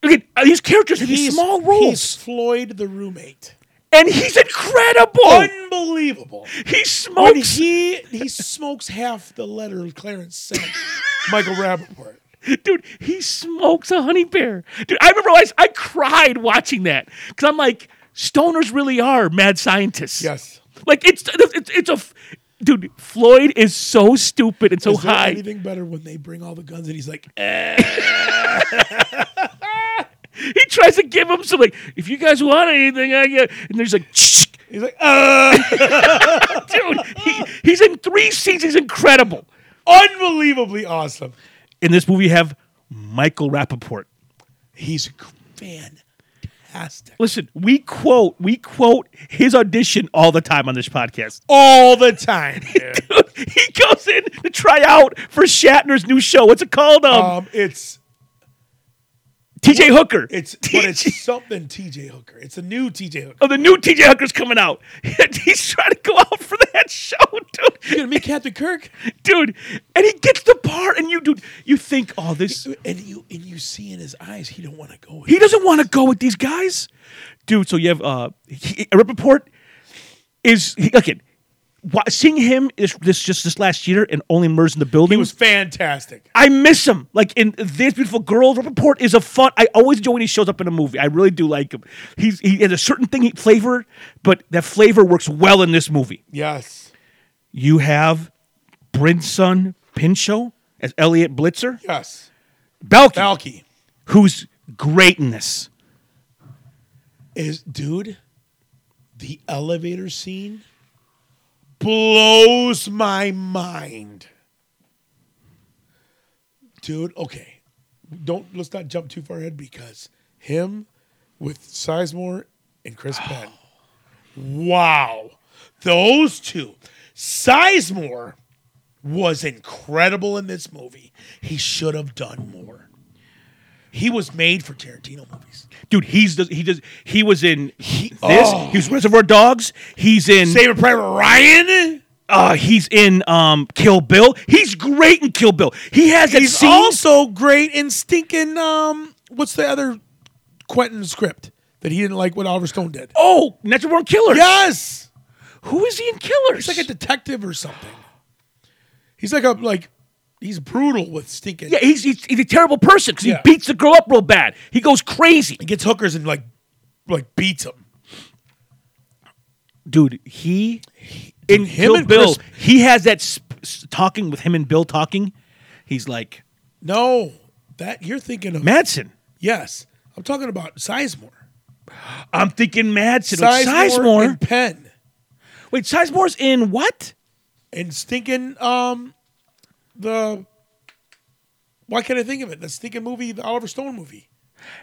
look at, uh, these characters have these he's small He's roles. Floyd the roommate. and he's incredible. Unbelievable. he When smokes. he he smokes half the letter of Clarence sent Michael Rappaport. dude, he smokes a honey bear. Dude, I remember I, I cried watching that because I'm like, stoners really are mad scientists. Yes. Like it's it's, it's a f- dude. Floyd is so stupid and so Is there high. anything better when they bring all the guns and he's like, eh, He tries to give him some like, if you guys want anything, I get. And there's like, "Shh." he's like, uh, dude, he, he's in three scenes. He's incredible. unbelievably awesome. In this movie, you have Michael Rappaport. He's fantastic Listen, we quote we quote his audition all the time on this podcast. all the time. dude. he goes in to try out for Shatner's new show. What's it called? Um, um, it's TJ Hooker. it's but it's something TJ Hooker. It's a new TJ Hooker. oh, the new TJ Hooker's coming out. He's trying to go out for that show, You're dude. gonna meet Captain Kirk, Dude, and he gets the part, and you, dude, you think, oh, this. and you and you see in his eyes he don't want to go. With He doesn't want to go with these guys, dude. So you have uh, he, Rappaport is he, look at wa- seeing him is this just this last year and only Murs in the building. It was fantastic. I miss him. Like in this beautiful girl, Rappaport is a fun. I always enjoy when he shows up in a movie. I really do like him. He's he has a certain thing he flavor, but that flavor works well in this movie. Yes, You have Brinson Pinchot as Elliot Blitzer, yes. Balky, Balky who's great in this. is dude. The elevator scene blows my mind, dude. Okay, don't let's not jump too far ahead because him with Sizemore and Chris Penn. Wow, those two. Sizemore was incredible in this movie. He should have done more. He was made for Tarantino movies. Dude, he's the, he does he was in he, this. Oh. He was Reservoir Dogs. He's in Saving Private Ryan. uh, he's in um, Kill Bill. He's great in Kill Bill. He has that He's scene. also great in stinking. Um, what's the other Quentin script that he didn't like? What Oliver Stone did? oh, Natural Born Killer. Yes, Who is he in Killers? he's like a detective or something. He's like a like. He's brutal with stinking. Yeah, he's, he's, he's a terrible person because Yeah. he beats the girl up real bad. He goes crazy. he gets hookers and like, like beats them. Dude, he, in him him and and Bill, Chris- he has that sp- s- talking with him and Bill talking. He's like, No, that you're thinking of. Madsen. Yes, I'm talking about Sizemore. I'm thinking Madsen. Like, Sizemore. and Penn Wait, Sizemore's in what? and stinking. Um, the. Why can't I think of it? The stinking movie, the Oliver Stone movie.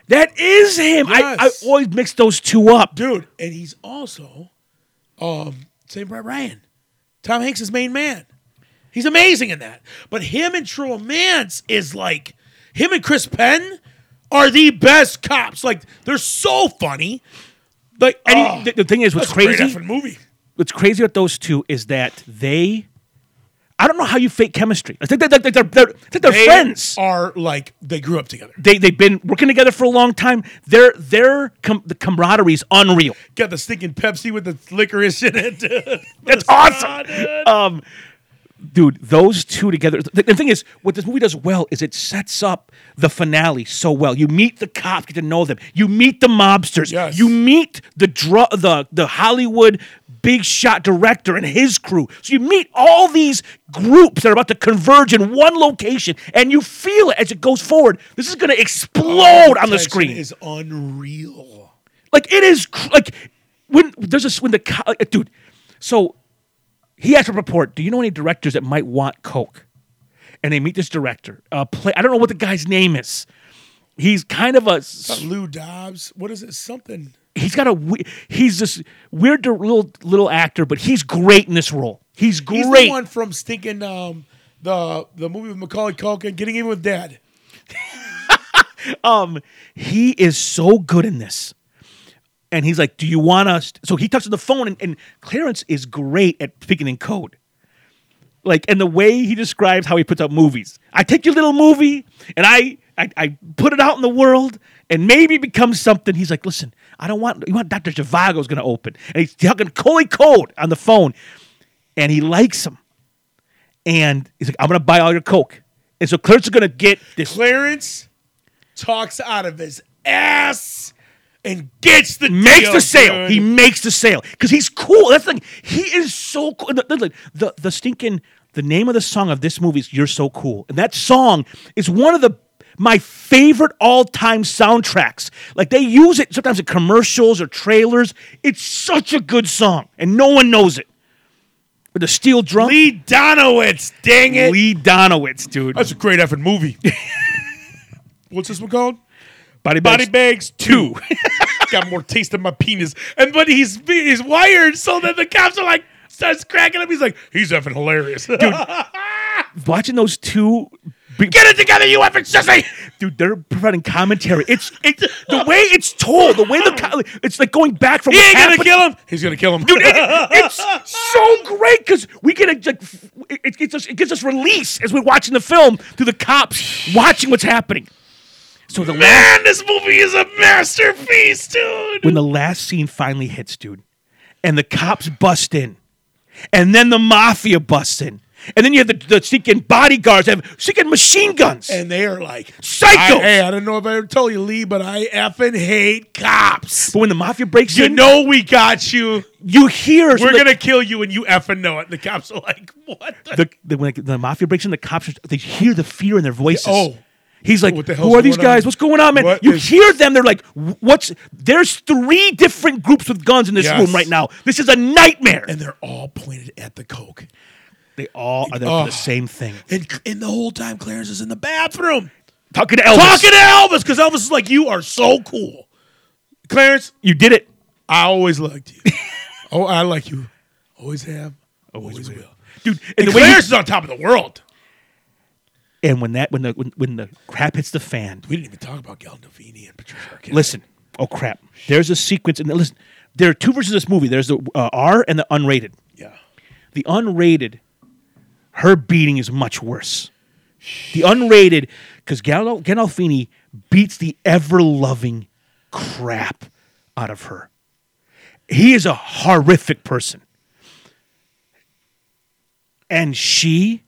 That is him. I, I Yes. always mix those two up. dude. And he's also, um, Saving Private Ryan, Tom Hanks' main man. He's amazing in that. But him and True Mance is like him and Chris Penn are the best cops. Like they're so funny. Like And he- oh, the, the thing is, what's that's a great crazy? effing movie. what's crazy about those two is that they, I don't know how you fake chemistry. I think they're, they're, they're, they're, I think they're They friends. are like they grew up together. they they've been working together for a long time. Their their com- the camaraderie is unreal. Got the stinking Pepsi with the licorice in it. That's awesome. Um, dude, those two together. The, the thing is, what this movie does well is it sets up the finale so well. You meet the cops, get to know them. You meet the mobsters. Yes. You meet the dru- the the Hollywood big shot director and his crew. So you meet all these groups that are about to converge in one location, and you feel it as it goes forward. This is going to Oh, explode on the Tension screen. is unreal. Like it is cr- like when there's this when the co- uh, dude. So he has a report. Do you know any directors that might want coke? And they meet this director. Uh, play. I don't know what the guy's name is. He's kind of a. s- Lou Dobbs. What is it? Something. He's got a. we- He's this weird little little actor, but he's great in this role. He's He's great. the one from stinking um, the the movie with Macaulay Culkin, Getting In with Dad. um, he is so good in this. And he's like, "Do you want us?" So he touches the phone, and, and Clarence is great at speaking in code. Like, and the way he describes how he puts out movies, I take your little movie and I, I, I put it out in the world, and maybe it becomes something. He's like, "Listen, I don't want you want Doctor Zhivago's going to open," and he's talking Coley Code on the phone, and he likes him, and he's like, "I'm going to buy all your coke," and so Clarence is going to get this Clarence talks out of his ass and gets the makes deal, the sale. dude. He makes the sale because he's cool. That's the thing. He is so cool. The, the, the, the stinking the name of the song of this movie is "You're So Cool," and that song is one of the my favorite all time soundtracks. Like they use it sometimes in commercials or trailers. It's such a good song, and no one knows it. With the steel drum, Lee Donowitz. Dang it! Lee Uh, Donowitz, dude. That's a great effing movie. What's this one called? Body, Body Bags. bags two. Got more taste in my penis. And but he's he's wired so that the cops are like starts cracking up. He's like, he's effing hilarious. Dude, Watching those two. be- get it together, you effing sissy. dude, they're providing commentary. It's it's the way it's told, the way the co- it's like going back from He what's ain't gonna happening. kill him. He's gonna kill him. Dude, It- it- it's so great because we get a like, f- it, it gets us it gives us release as we're watching the film through the cops watching what's happening. So the last, man, this movie is a masterpiece, dude. when the last scene finally hits, dude, and the cops bust in, and then the mafia busts in, and then you have the, the stinking bodyguards have stinking machine guns. and they are like, Psychos! I- hey, I don't know if I ever told you, Lee, but I effing hate cops. but when the mafia breaks You in, know we got you. you hear so We're the- gonna kill you, and you effing know it. And the cops are like, what? The the, the when the mafia breaks in, the cops are- they hear the fear in their voices. Oh. He's like, What the hell's "Who are these going on? guys? What's going on, man?" What you is- hear them. They're like, "Wh- "What's?" There's three different groups with guns in this Yes. room right now. This is a nightmare. and they're all pointed at the coke. they all are there for Oh. the same thing. And, and the whole time Clarence is in the bathroom Talking to Elvis. talking to Elvis because Elvis is like, "You are so cool, Clarence. You did it. I always liked you. oh, I like you. Always have. Always, will. Dude, and, And the way you- Clarence is on top of the world. and when that when the when, when the crap hits the fan, We didn't even talk about Gandolfini and Patricia Arquette. listen. Oh crap! There's a sequence, and listen, there are two versions of this movie. There's the uh, R and the unrated. yeah, The unrated, her beating is much worse. The unrated, because Gal- Gandolfini beats the ever loving crap out of her. He is a horrific person. And she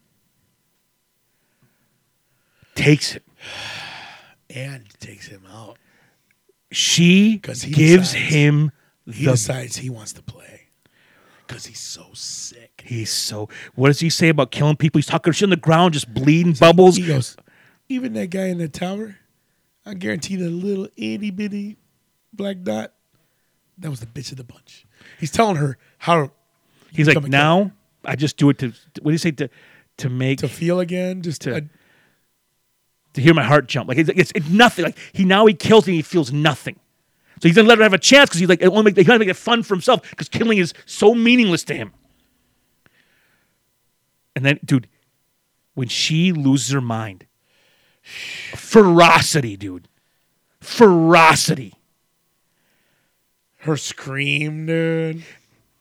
takes it. and takes him out. She 'Cause he gives decides. him He the decides he wants to play because he's so sick. He's so. What does he say about killing people? He's talking shit on the ground, just bleeding bubbles. He goes, even that guy in the tower. I guarantee the little itty bitty black dot. That was the bitch of the bunch. He's telling her how He's like, become a now I just do it to what do you say to to make to to, feel again. Just to, To- hear my heart jump. Like it's, it's, it's nothing. Like he now he kills and he feels nothing. So he's gonna let her have a chance because he's like it only make, he to make it fun for himself because killing is so meaningless to him. And then, dude, when she loses her mind, ferocity, dude, ferocity. her scream, dude.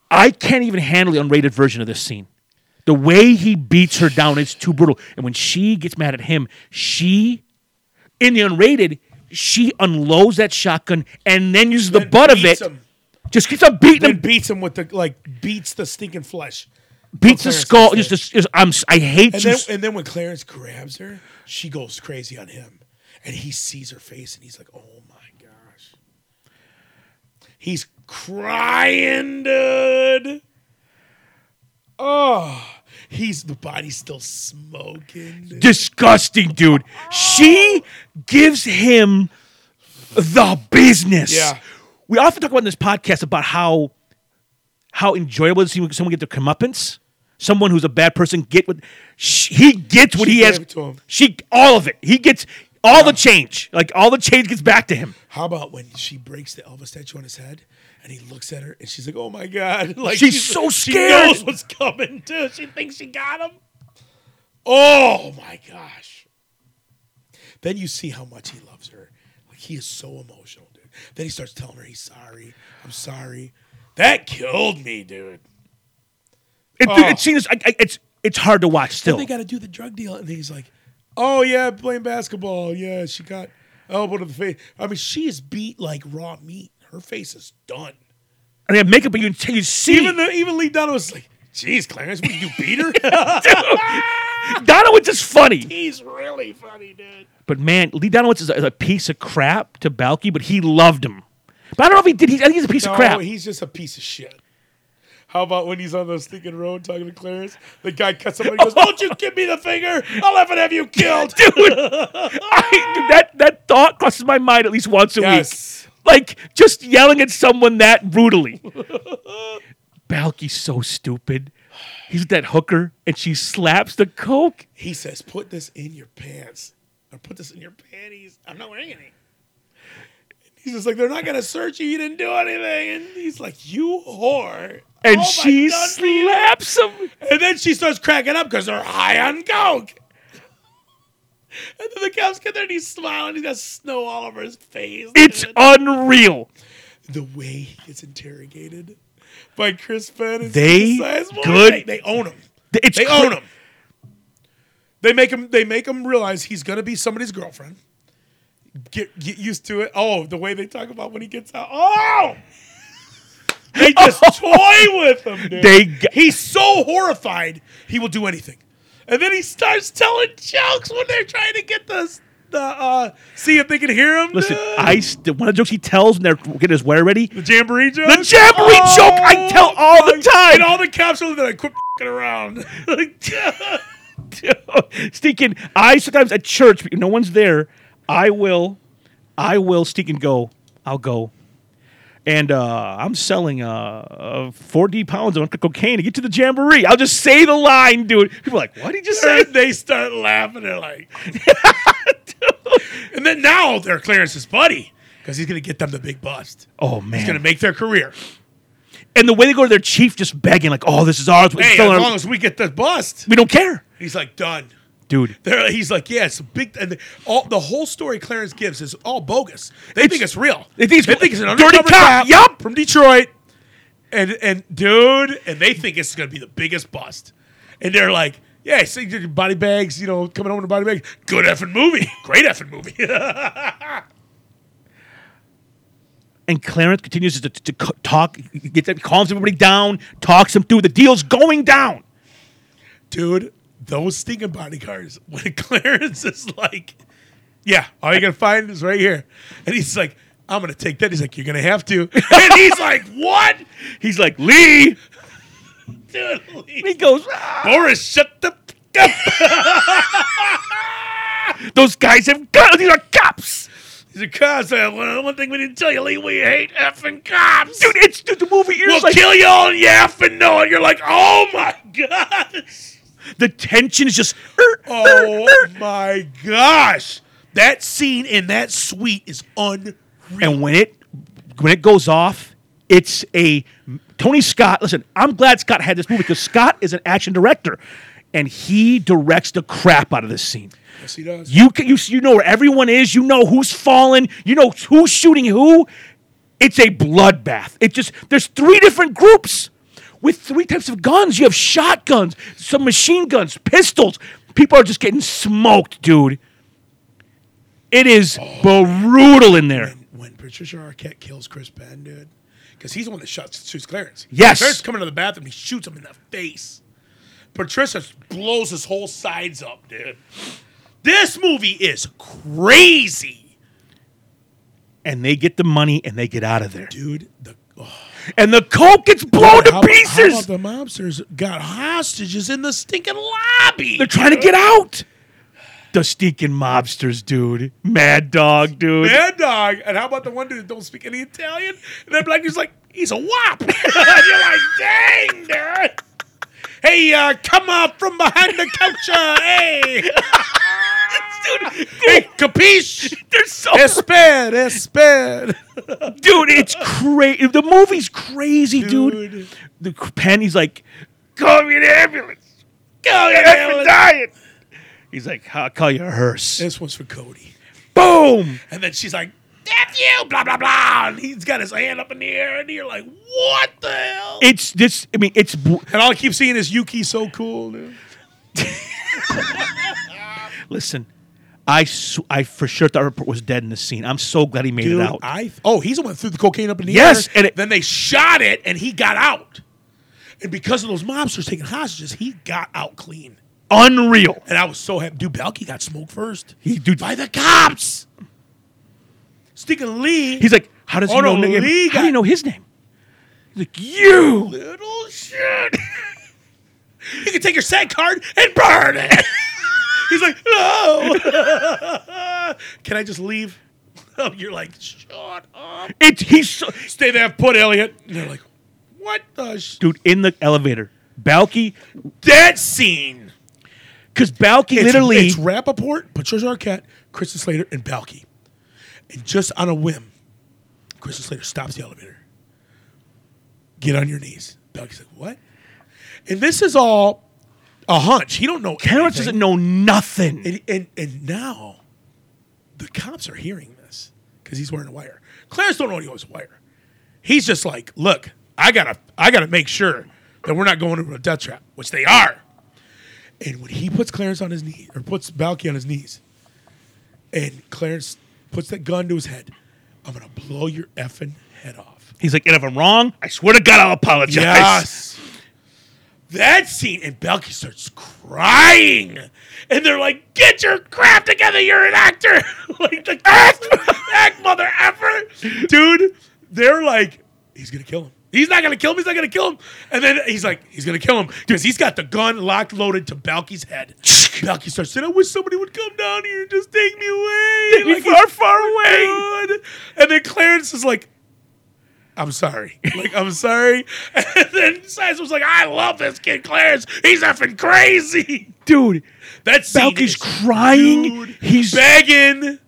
I can't even handle the unrated version of this scene. The way he beats her down is too brutal. And when she gets mad at him, she, in the unrated, she unloads that shotgun and then uses the Then butt of it. beats him. Just keeps on beating Then him. beats him with the like beats the stinking flesh. beats the Clarence skull. is Just, just- I'm, s- I hate And you. then, s- and then when Clarence grabs her, she goes crazy on him, and he sees her face, and he's like, "Oh my gosh!" He's crying, dude. Oh, he's the body's still smoking. dude. disgusting, dude. She gives him the business. Yeah. We often talk about in this podcast about how how enjoyable it is when someone get their comeuppance. Someone who's a bad person get what sh he gets what She he has. gave it to him. She all of it. He gets all the change. Like all the change gets back to him. How about when she breaks the Elvis statue on his head, and he looks at her, and she's like, "Oh my god!" Like She's so She knows scared. what's coming too. She thinks she got him. Oh my gosh! Then you see how much he loves her. Like he is so emotional, dude. Then he starts telling her he's sorry. I'm sorry. That killed me, dude. It, dude, it seems I, I, it's it's hard to watch Then still. Oh. they got to do the drug deal, and he's like, "Oh yeah, playing basketball. Yeah, she got elbow to the face. I mean, she is beat like raw meat. Her face is done." and they have makeup, but you can you see Even the, even Lee Donovan was like, "Jeez, Clarence, what did you beat her?" Donowitz is funny. He's really funny, dude. But man, Lee Donowitz is a, is a piece of crap to Balky, but he loved him. But I don't know if he did. He, I think he's a piece of crap. he's just a piece of shit. How about when he's on the stinking road talking to Clarence? The guy cuts somebody. Goes, "Don't you give me the finger! I'll have it have you killed." Dude, I, that that thought crosses my mind at least once a Yes. week. Like just yelling at someone that brutally. Balky's so stupid. He's with that hooker, and she slaps the coke. He says, "Put this in your pants, or put this in your panties." I'm not wearing any. He's just like, "They're not gonna search you. You didn't do anything." And he's like, "You whore!" And Oh my she God. slaps him. And then she starts cracking up because they're high on coke. And then the cops get there and he's smiling. He's got snow all over his face. It's dude. unreal. the way he gets interrogated by Chris Penn. and They Suicide Squad. good- They, they own him. It's They cra- own him. They make him. They make him realize he's gonna be somebody's girlfriend. Get get used to it. Oh, the way they talk about when he gets out. Oh, they Oh! just toy with him. Dude. They g- he's so horrified he will do anything, and then he starts telling jokes when they're trying to get the the uh, see if they can hear him. Listen, dude. I st- one of the jokes he tells when they're getting his wear ready. The jamboree joke. The jamboree joke I tell all the my- time. And all the cops are that I quit f***ing around. Stinking, I sometimes at church, no one's there. I will, I will stinking go. I'll go, and uh, I'm selling uh, uh 40 pounds of cocaine to get to the jamboree. I'll just say the line, dude. People are like, what did you say? and they start laughing. They're like, and then now they're Clarence's buddy because he's gonna get them the big bust. Oh He's gonna man! make their career. And the way they go to their chief, just begging, like, "Oh, this is ours. We're Hey, as selling our- long as we get the bust, we don't care, he's like done. dude." They're, he's like, yeah, it's a big. And the, all the whole story Clarence gives is all bogus. They think it's real. they think it's- an dirty undercover cop, cop. yup. from Detroit. And and dude, and they think it's gonna be the biggest bust. And they're like, yeah, so you did your body bags, you know, coming home in a body bag. Good effing movie, great effing movie. And Clarence continues to, to, to c- talk, gets, calms everybody down, talks them through. The deal's going down. dude, those stinking bodyguards. When Clarence is like, yeah, all you're gonna find is right here, and he's like. I'm gonna take that. He's like, you're gonna have to, and he's like, "What?" He's like, Lee. Dude, He goes, "Ah, Boris, shut the f- up. those guys have guns. These are cops. He's a cop. So one, one thing we didn't tell you, Lee, we hate effing cops. Dude, it's dude, the movie is we'll like kill you all and you effing know it. You're like, oh my gosh. the tension is just er, Oh my gosh. That scene in that suite is unreal. and when it when it goes off, it's a Tony Scott. Listen, I'm glad Scott had this movie because Scott is an action director and he directs the crap out of this scene. Yes, he does. You can, you you know where everyone is. You know who's falling. You know who's shooting who. It's a bloodbath. It just there's three different groups with three types of guns. You have shotguns, some machine guns, pistols. People are just getting smoked, dude. It is brutal in there. when Patricia Arquette kills Chris Penn, dude, because he's the one that shoots, shoots Clarence. Yes. Clarence is coming to the bathroom, he shoots him in the face. Patricia blows his whole sides up, dude. This movie is crazy, and they get the money and they get out of there. dude. The oh. And the coke gets blown How- to How about pieces. the mobsters got hostages in the stinking lobby. They're trying to get out. The stinking mobsters, dude. Mad dog, dude. Mad dog. And how about the one dude that don't speak any Italian? And that black dude's like, he's a wop. and you're like, dang, dude. Hey, uh, come up from behind the couch. uh, hey. dude, hey, capiche? They're so Esped, esped. dude. It's crazy. The movie's crazy, dude. Dude. The c- Penny's like, call me an ambulance. Call me an ambulance. Dying. He's like, I'll call you a hearse. This one's for Cody. Boom. And then she's like, F you, blah, blah, blah. And he's got his hand up in the air, and you're like, what the hell? It's this. I mean, it's bl- and all I keep seeing is Yuki so cool, dude. listen. I sw- I for sure thought Report was dead in the scene. I'm so glad he made Dude, it out. I oh, he's the one that threw the cocaine up in the Yes, air. and it- then they shot it, and he got out. And because of those mobsters taking hostages, he got out clean. Unreal. And I was so happy. Dude, Belky got smoked first He dude. by the cops. Stinking Lee, He's like, how does he Oh, know? no, nigga- Lee how do got- you know his name? He's like you. little shit. you can take your SAG card and burn it. he's like, no. can I just leave? You're like, shut up. It's he's so, Stay there, put Elliot. And they're like, what the sh- dude in the elevator. Balky, That scene. because Balky It's- literally It's Rappaport, Patricia Arquette, Kristen Slater, and Balky. And just on a whim, Kristen Slater stops the elevator. Get on your knees. Balky's like, what? And this is all a hunch. He don't know Terrence doesn't anything. know nothing. And, and, and now the cops are hearing this because he's wearing a wire. Clarence don't know he was wire. He's just like, look, I gotta I gotta make sure that we're not going into a death trap, which they are. And when he puts Clarence on his knee or puts Balky on his knees, and Clarence puts that gun to his head, I'm gonna blow your effing head off. He's like, and if I'm wrong, I swear to God, I'll apologize. Yes. That scene, and Belky starts crying. And they're like, get your crap together, you're an actor. like, the act, act, mother effer. Dude, they're like, he's going to kill him. He's not going to kill him. He's not going to kill him. And then he's like, he's going to kill him because he's got the gun locked, loaded to Balky's head. Balky starts saying, I wish somebody would come down here and just take me away. Take me far, far away. God. And then Clarence is like, I'm sorry. Like, I'm sorry. And then Size was like, I love this kid, Clarence. He's effing crazy. dude. That's Balky's crying. He's- begging.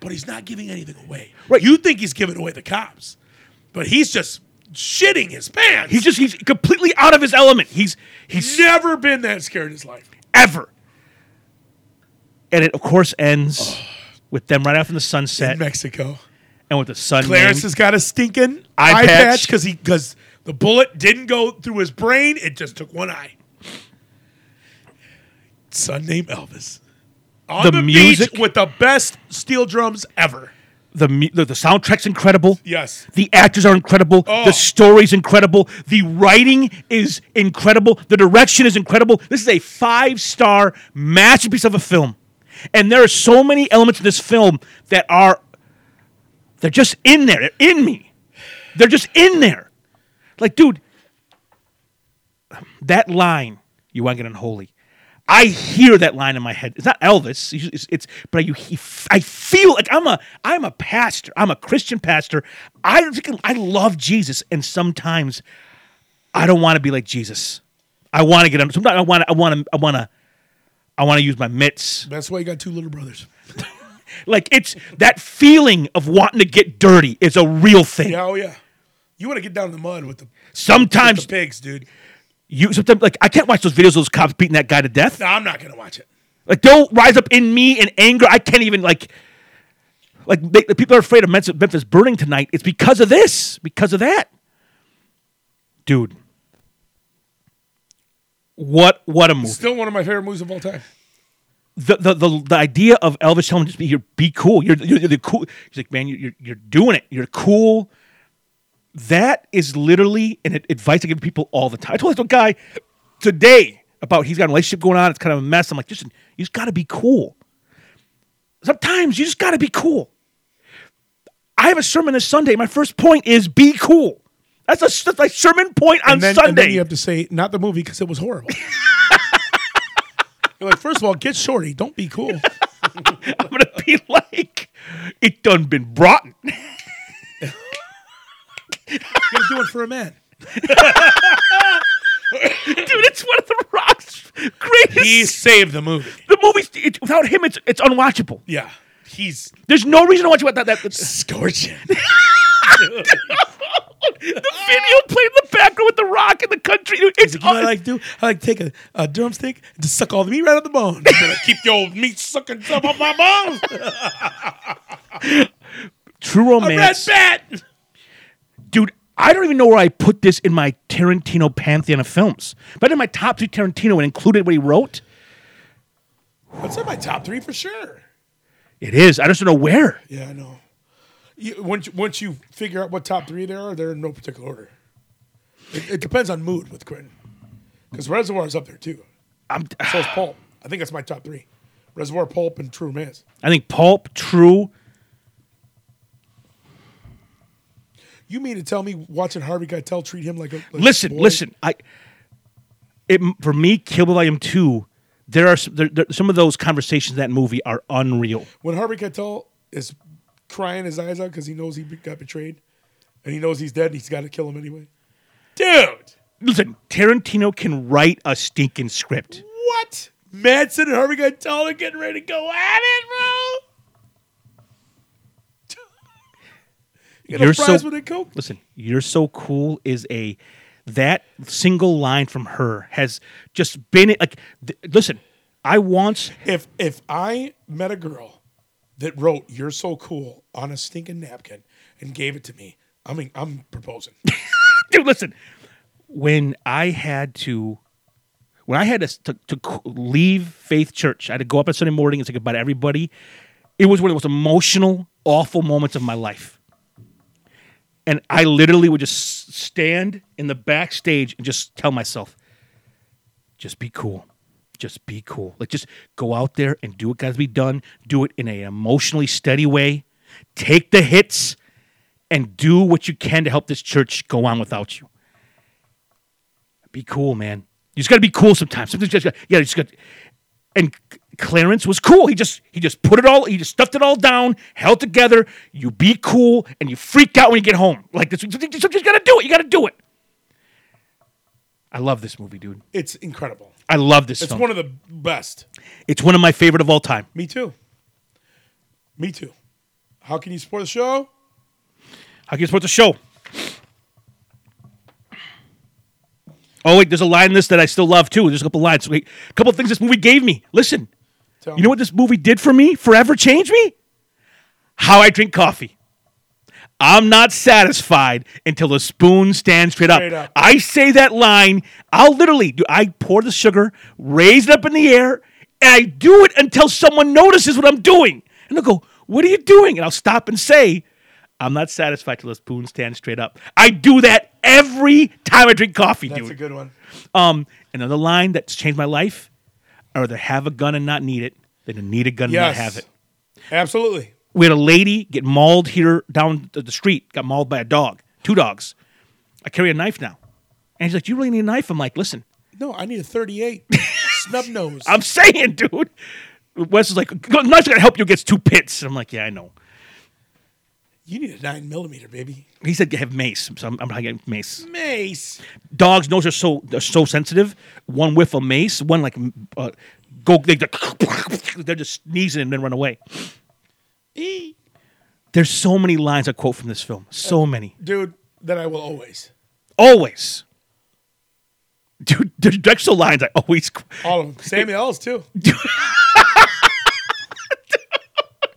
But he's not giving anything away. Right. You think he's giving away the cops, but he's just shitting his pants. He's just he's completely out of his element. He's he's He's never been that scared in his life. ever. And it of course ends with them right off in the sunset In Mexico. and with the sun. Clarence named- has got a stinking Eye patch. eye, patch because he because the bullet didn't go through his brain; it just took one eye. Son named Elvis on The the, music- beach with the best steel drums ever. the, mu- the the soundtrack's incredible. Yes, The actors are incredible. Oh. The story's incredible. The writing is incredible. The direction is incredible. This is a five star masterpiece of a film. And there are so many elements in this film that are, they're just in there. They're in me. They're just in there. Like, dude, that line, you want to get unholy. I hear that line in my head. It's not Elvis. It's, it's- it's- but you, he- I feel like I'm a I'm a pastor. I'm a Christian pastor. I I love Jesus, and sometimes I don't want to be like Jesus. I want to get him. Sometimes I want to I want to I want to I want to use my mitts. that's why you got two little brothers. Like it's that feeling of wanting to get dirty is a real thing. Yeah, oh yeah. You want to get down in the mud with the, with Sometimes the pigs, dude? you sometimes like I can't watch those videos of those cops beating that guy to death. No, I'm not gonna watch it. Like they'll rise up in me in anger. I can't even like like they, the people are afraid of Memphis, Memphis burning tonight. It's because of this, because of that, dude. What what a movie! Still one of my favorite movies of all time. The the the, the idea of Elvis telling him just be you're, be cool. You're, you're the cool. He's like, man, you're you're doing it. You're cool. That is literally an ad- advice I give people all the time. I told this to a guy today. about he's got a relationship going on. It's kind of a mess. I'm like, listen, you just got to be cool. Sometimes you just got to be cool. I have a sermon this Sunday. My first point is be cool. That's a that's my sermon point on and then, Sunday. and then you have to say not the movie because it was horrible. You're like, first of all, get shorty. Don't be cool. I'm gonna be like, it done been brought. You're doing for a man. Dude, it's one of the Rock's greatest. He saved the movie. the movie it, without him, it's it's unwatchable. Yeah. He's There's no reason to watch about that. That the Scorching. video played in the background with the Rock in the country. Dude, it's You know what I un- like to do? I like to take a, a drumstick and just suck all the meat right out of the bone. Keep your old meat sucking some of my bones. true Red romance, bat. dude. I don't even know where I put this in my Tarantino pantheon of films, but in my top three Tarantino and included what he wrote. That's in my top three for sure. It is. I just don't know where. Yeah, I know. You, once, you- once you figure out what top three there are, they're in no particular order. It, it depends on mood with Quentin. Because Reservoir is up there too. I'm, So is Pulp. I think that's my top three Reservoir, Pulp, and True Romance. I think Pulp, True, You mean to tell me watching Harvey Keitel treat him like a. like a listen, boy? listen. I it for me, Kill Bill Volume Two. There are some, there, there, some of those conversations in that movie are unreal. When Harvey Keitel is crying his eyes out because he knows he be- got betrayed and he knows he's dead and he's got to kill him anyway. Dude! Listen, Tarantino can write a stinking script. What? Manson and Harvey Keitel are getting ready to go at it, bro. you got You're a prize so- with a coke. Listen, "You're So Cool" is a that single line from her has just been it. Like, th- listen, I once If if I met a girl that wrote "You're so cool" on a stinking napkin and gave it to me, I mean, I'm proposing. dude, listen. When I had to, when I had to, to, to c- leave Faith Church, I had to go up on Sunday morning and say goodbye to everybody. It was one of the most emotional, awful moments of my life. And I literally would just s- stand in the backstage and just tell myself, just be cool. Just be cool. Like, just go out there and do what got to be done. Do it in an emotionally steady way. Take the hits and do what you can to help this church go on without you. Be cool, man. You just got to be cool sometimes. Sometimes you just got, yeah, you just got. And C- Clarence was cool. He just he just put it all. He just stuffed it all down, held together. You be cool, and you freak out when you get home. Like this, you just got to do it. You got to do it. I love this movie, dude. it's incredible. I love this It's film. one of the best. it's one of my favorite of all time. Me too. Me too. How can you support the show? How can you support the show? Oh wait, there's a line in this that I still love too. There's a couple lines. Wait, a couple things this movie gave me. Listen, Tell you know me. what this movie did for me? Forever changed me. How I drink coffee. I'm not satisfied until the spoon stands straight up. Straight up. I say that line. I'll literally do. I pour the sugar, raise it up in the air, and I do it until someone notices what I'm doing, and they'll go, "What are you doing?" And I'll stop and say, "I'm not satisfied till the spoon stands straight up." I do that every time I drink coffee, That's dude. a good one. Um, another line that's changed my life: I rather have a gun and not need it than to need a gun and Yes. not have it. Absolutely. We had a lady get mauled here down th- the street, got mauled by a dog, two dogs. I carry a knife now, and she's like, "Do you really need a knife?" I'm like, "Listen, No, I need a 38 snub nose. I'm saying, dude." Wes is like, "Knife's gonna help you against two pits." I'm like, "Yeah, I know." You need a nine millimeter, baby. He said, "Have mace." So I'm, I'm like, "Yeah, mace. Mace. Dogs' noses are so are so sensitive. One whiff of mace, one like m- uh, go. They, they're just sneezing and then run away." E. There's so many lines I quote from this film. So many. Dude, that I will always. Always. Dude, there's Drexel lines I always. qu- All of them. Samuel Ellis, too.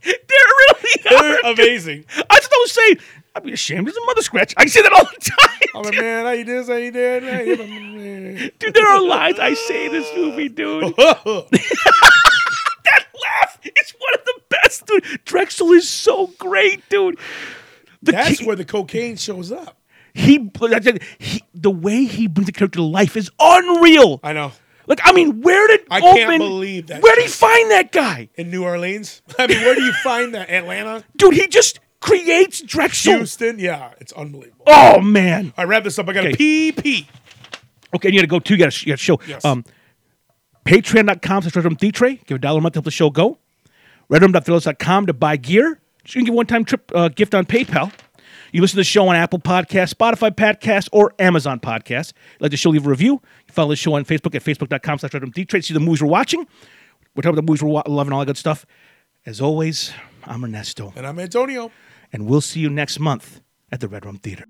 They're really. They're amazing. I just don't say, I'd be ashamed as a mother scratch. I say that all the time. I'm like, Oh, man, how you this, how you that, how you that. Dude, there are lines I say in this movie, dude. that laugh is one of the best, dude. Drexel is so great, dude. The That's ki- where the cocaine shows up. he, he, the way he brings the character to life is unreal. I know. Like, I mean, where did I can't Oldman- believe that Where did he find that guy, in New Orleans. I mean, where do you find that? Atlanta, dude? He just creates Drexel. Houston. Yeah, it's unbelievable. Oh man. I wrap this up. I got Okay. a PP. Okay, and you got to go too. You got to you gotta show. Yes. Um, Patreon.com slash Red Room Theatre. Give a dollar a month to help the show go. RedRoom.thrills.com to buy gear. You can give a one-time trip uh, gift on PayPal. You listen to the show on Apple Podcasts, Spotify Podcasts, or Amazon Podcasts. Like the show, leave a review. You follow the show on Facebook at Facebook.com slash Red Room Theatre. See the movies we're watching. We're talking about the movies we're wa- loving, all that good stuff. As always, I'm Ernesto, And I'm Antonio. and we'll see you next month at the Red Room Theatre.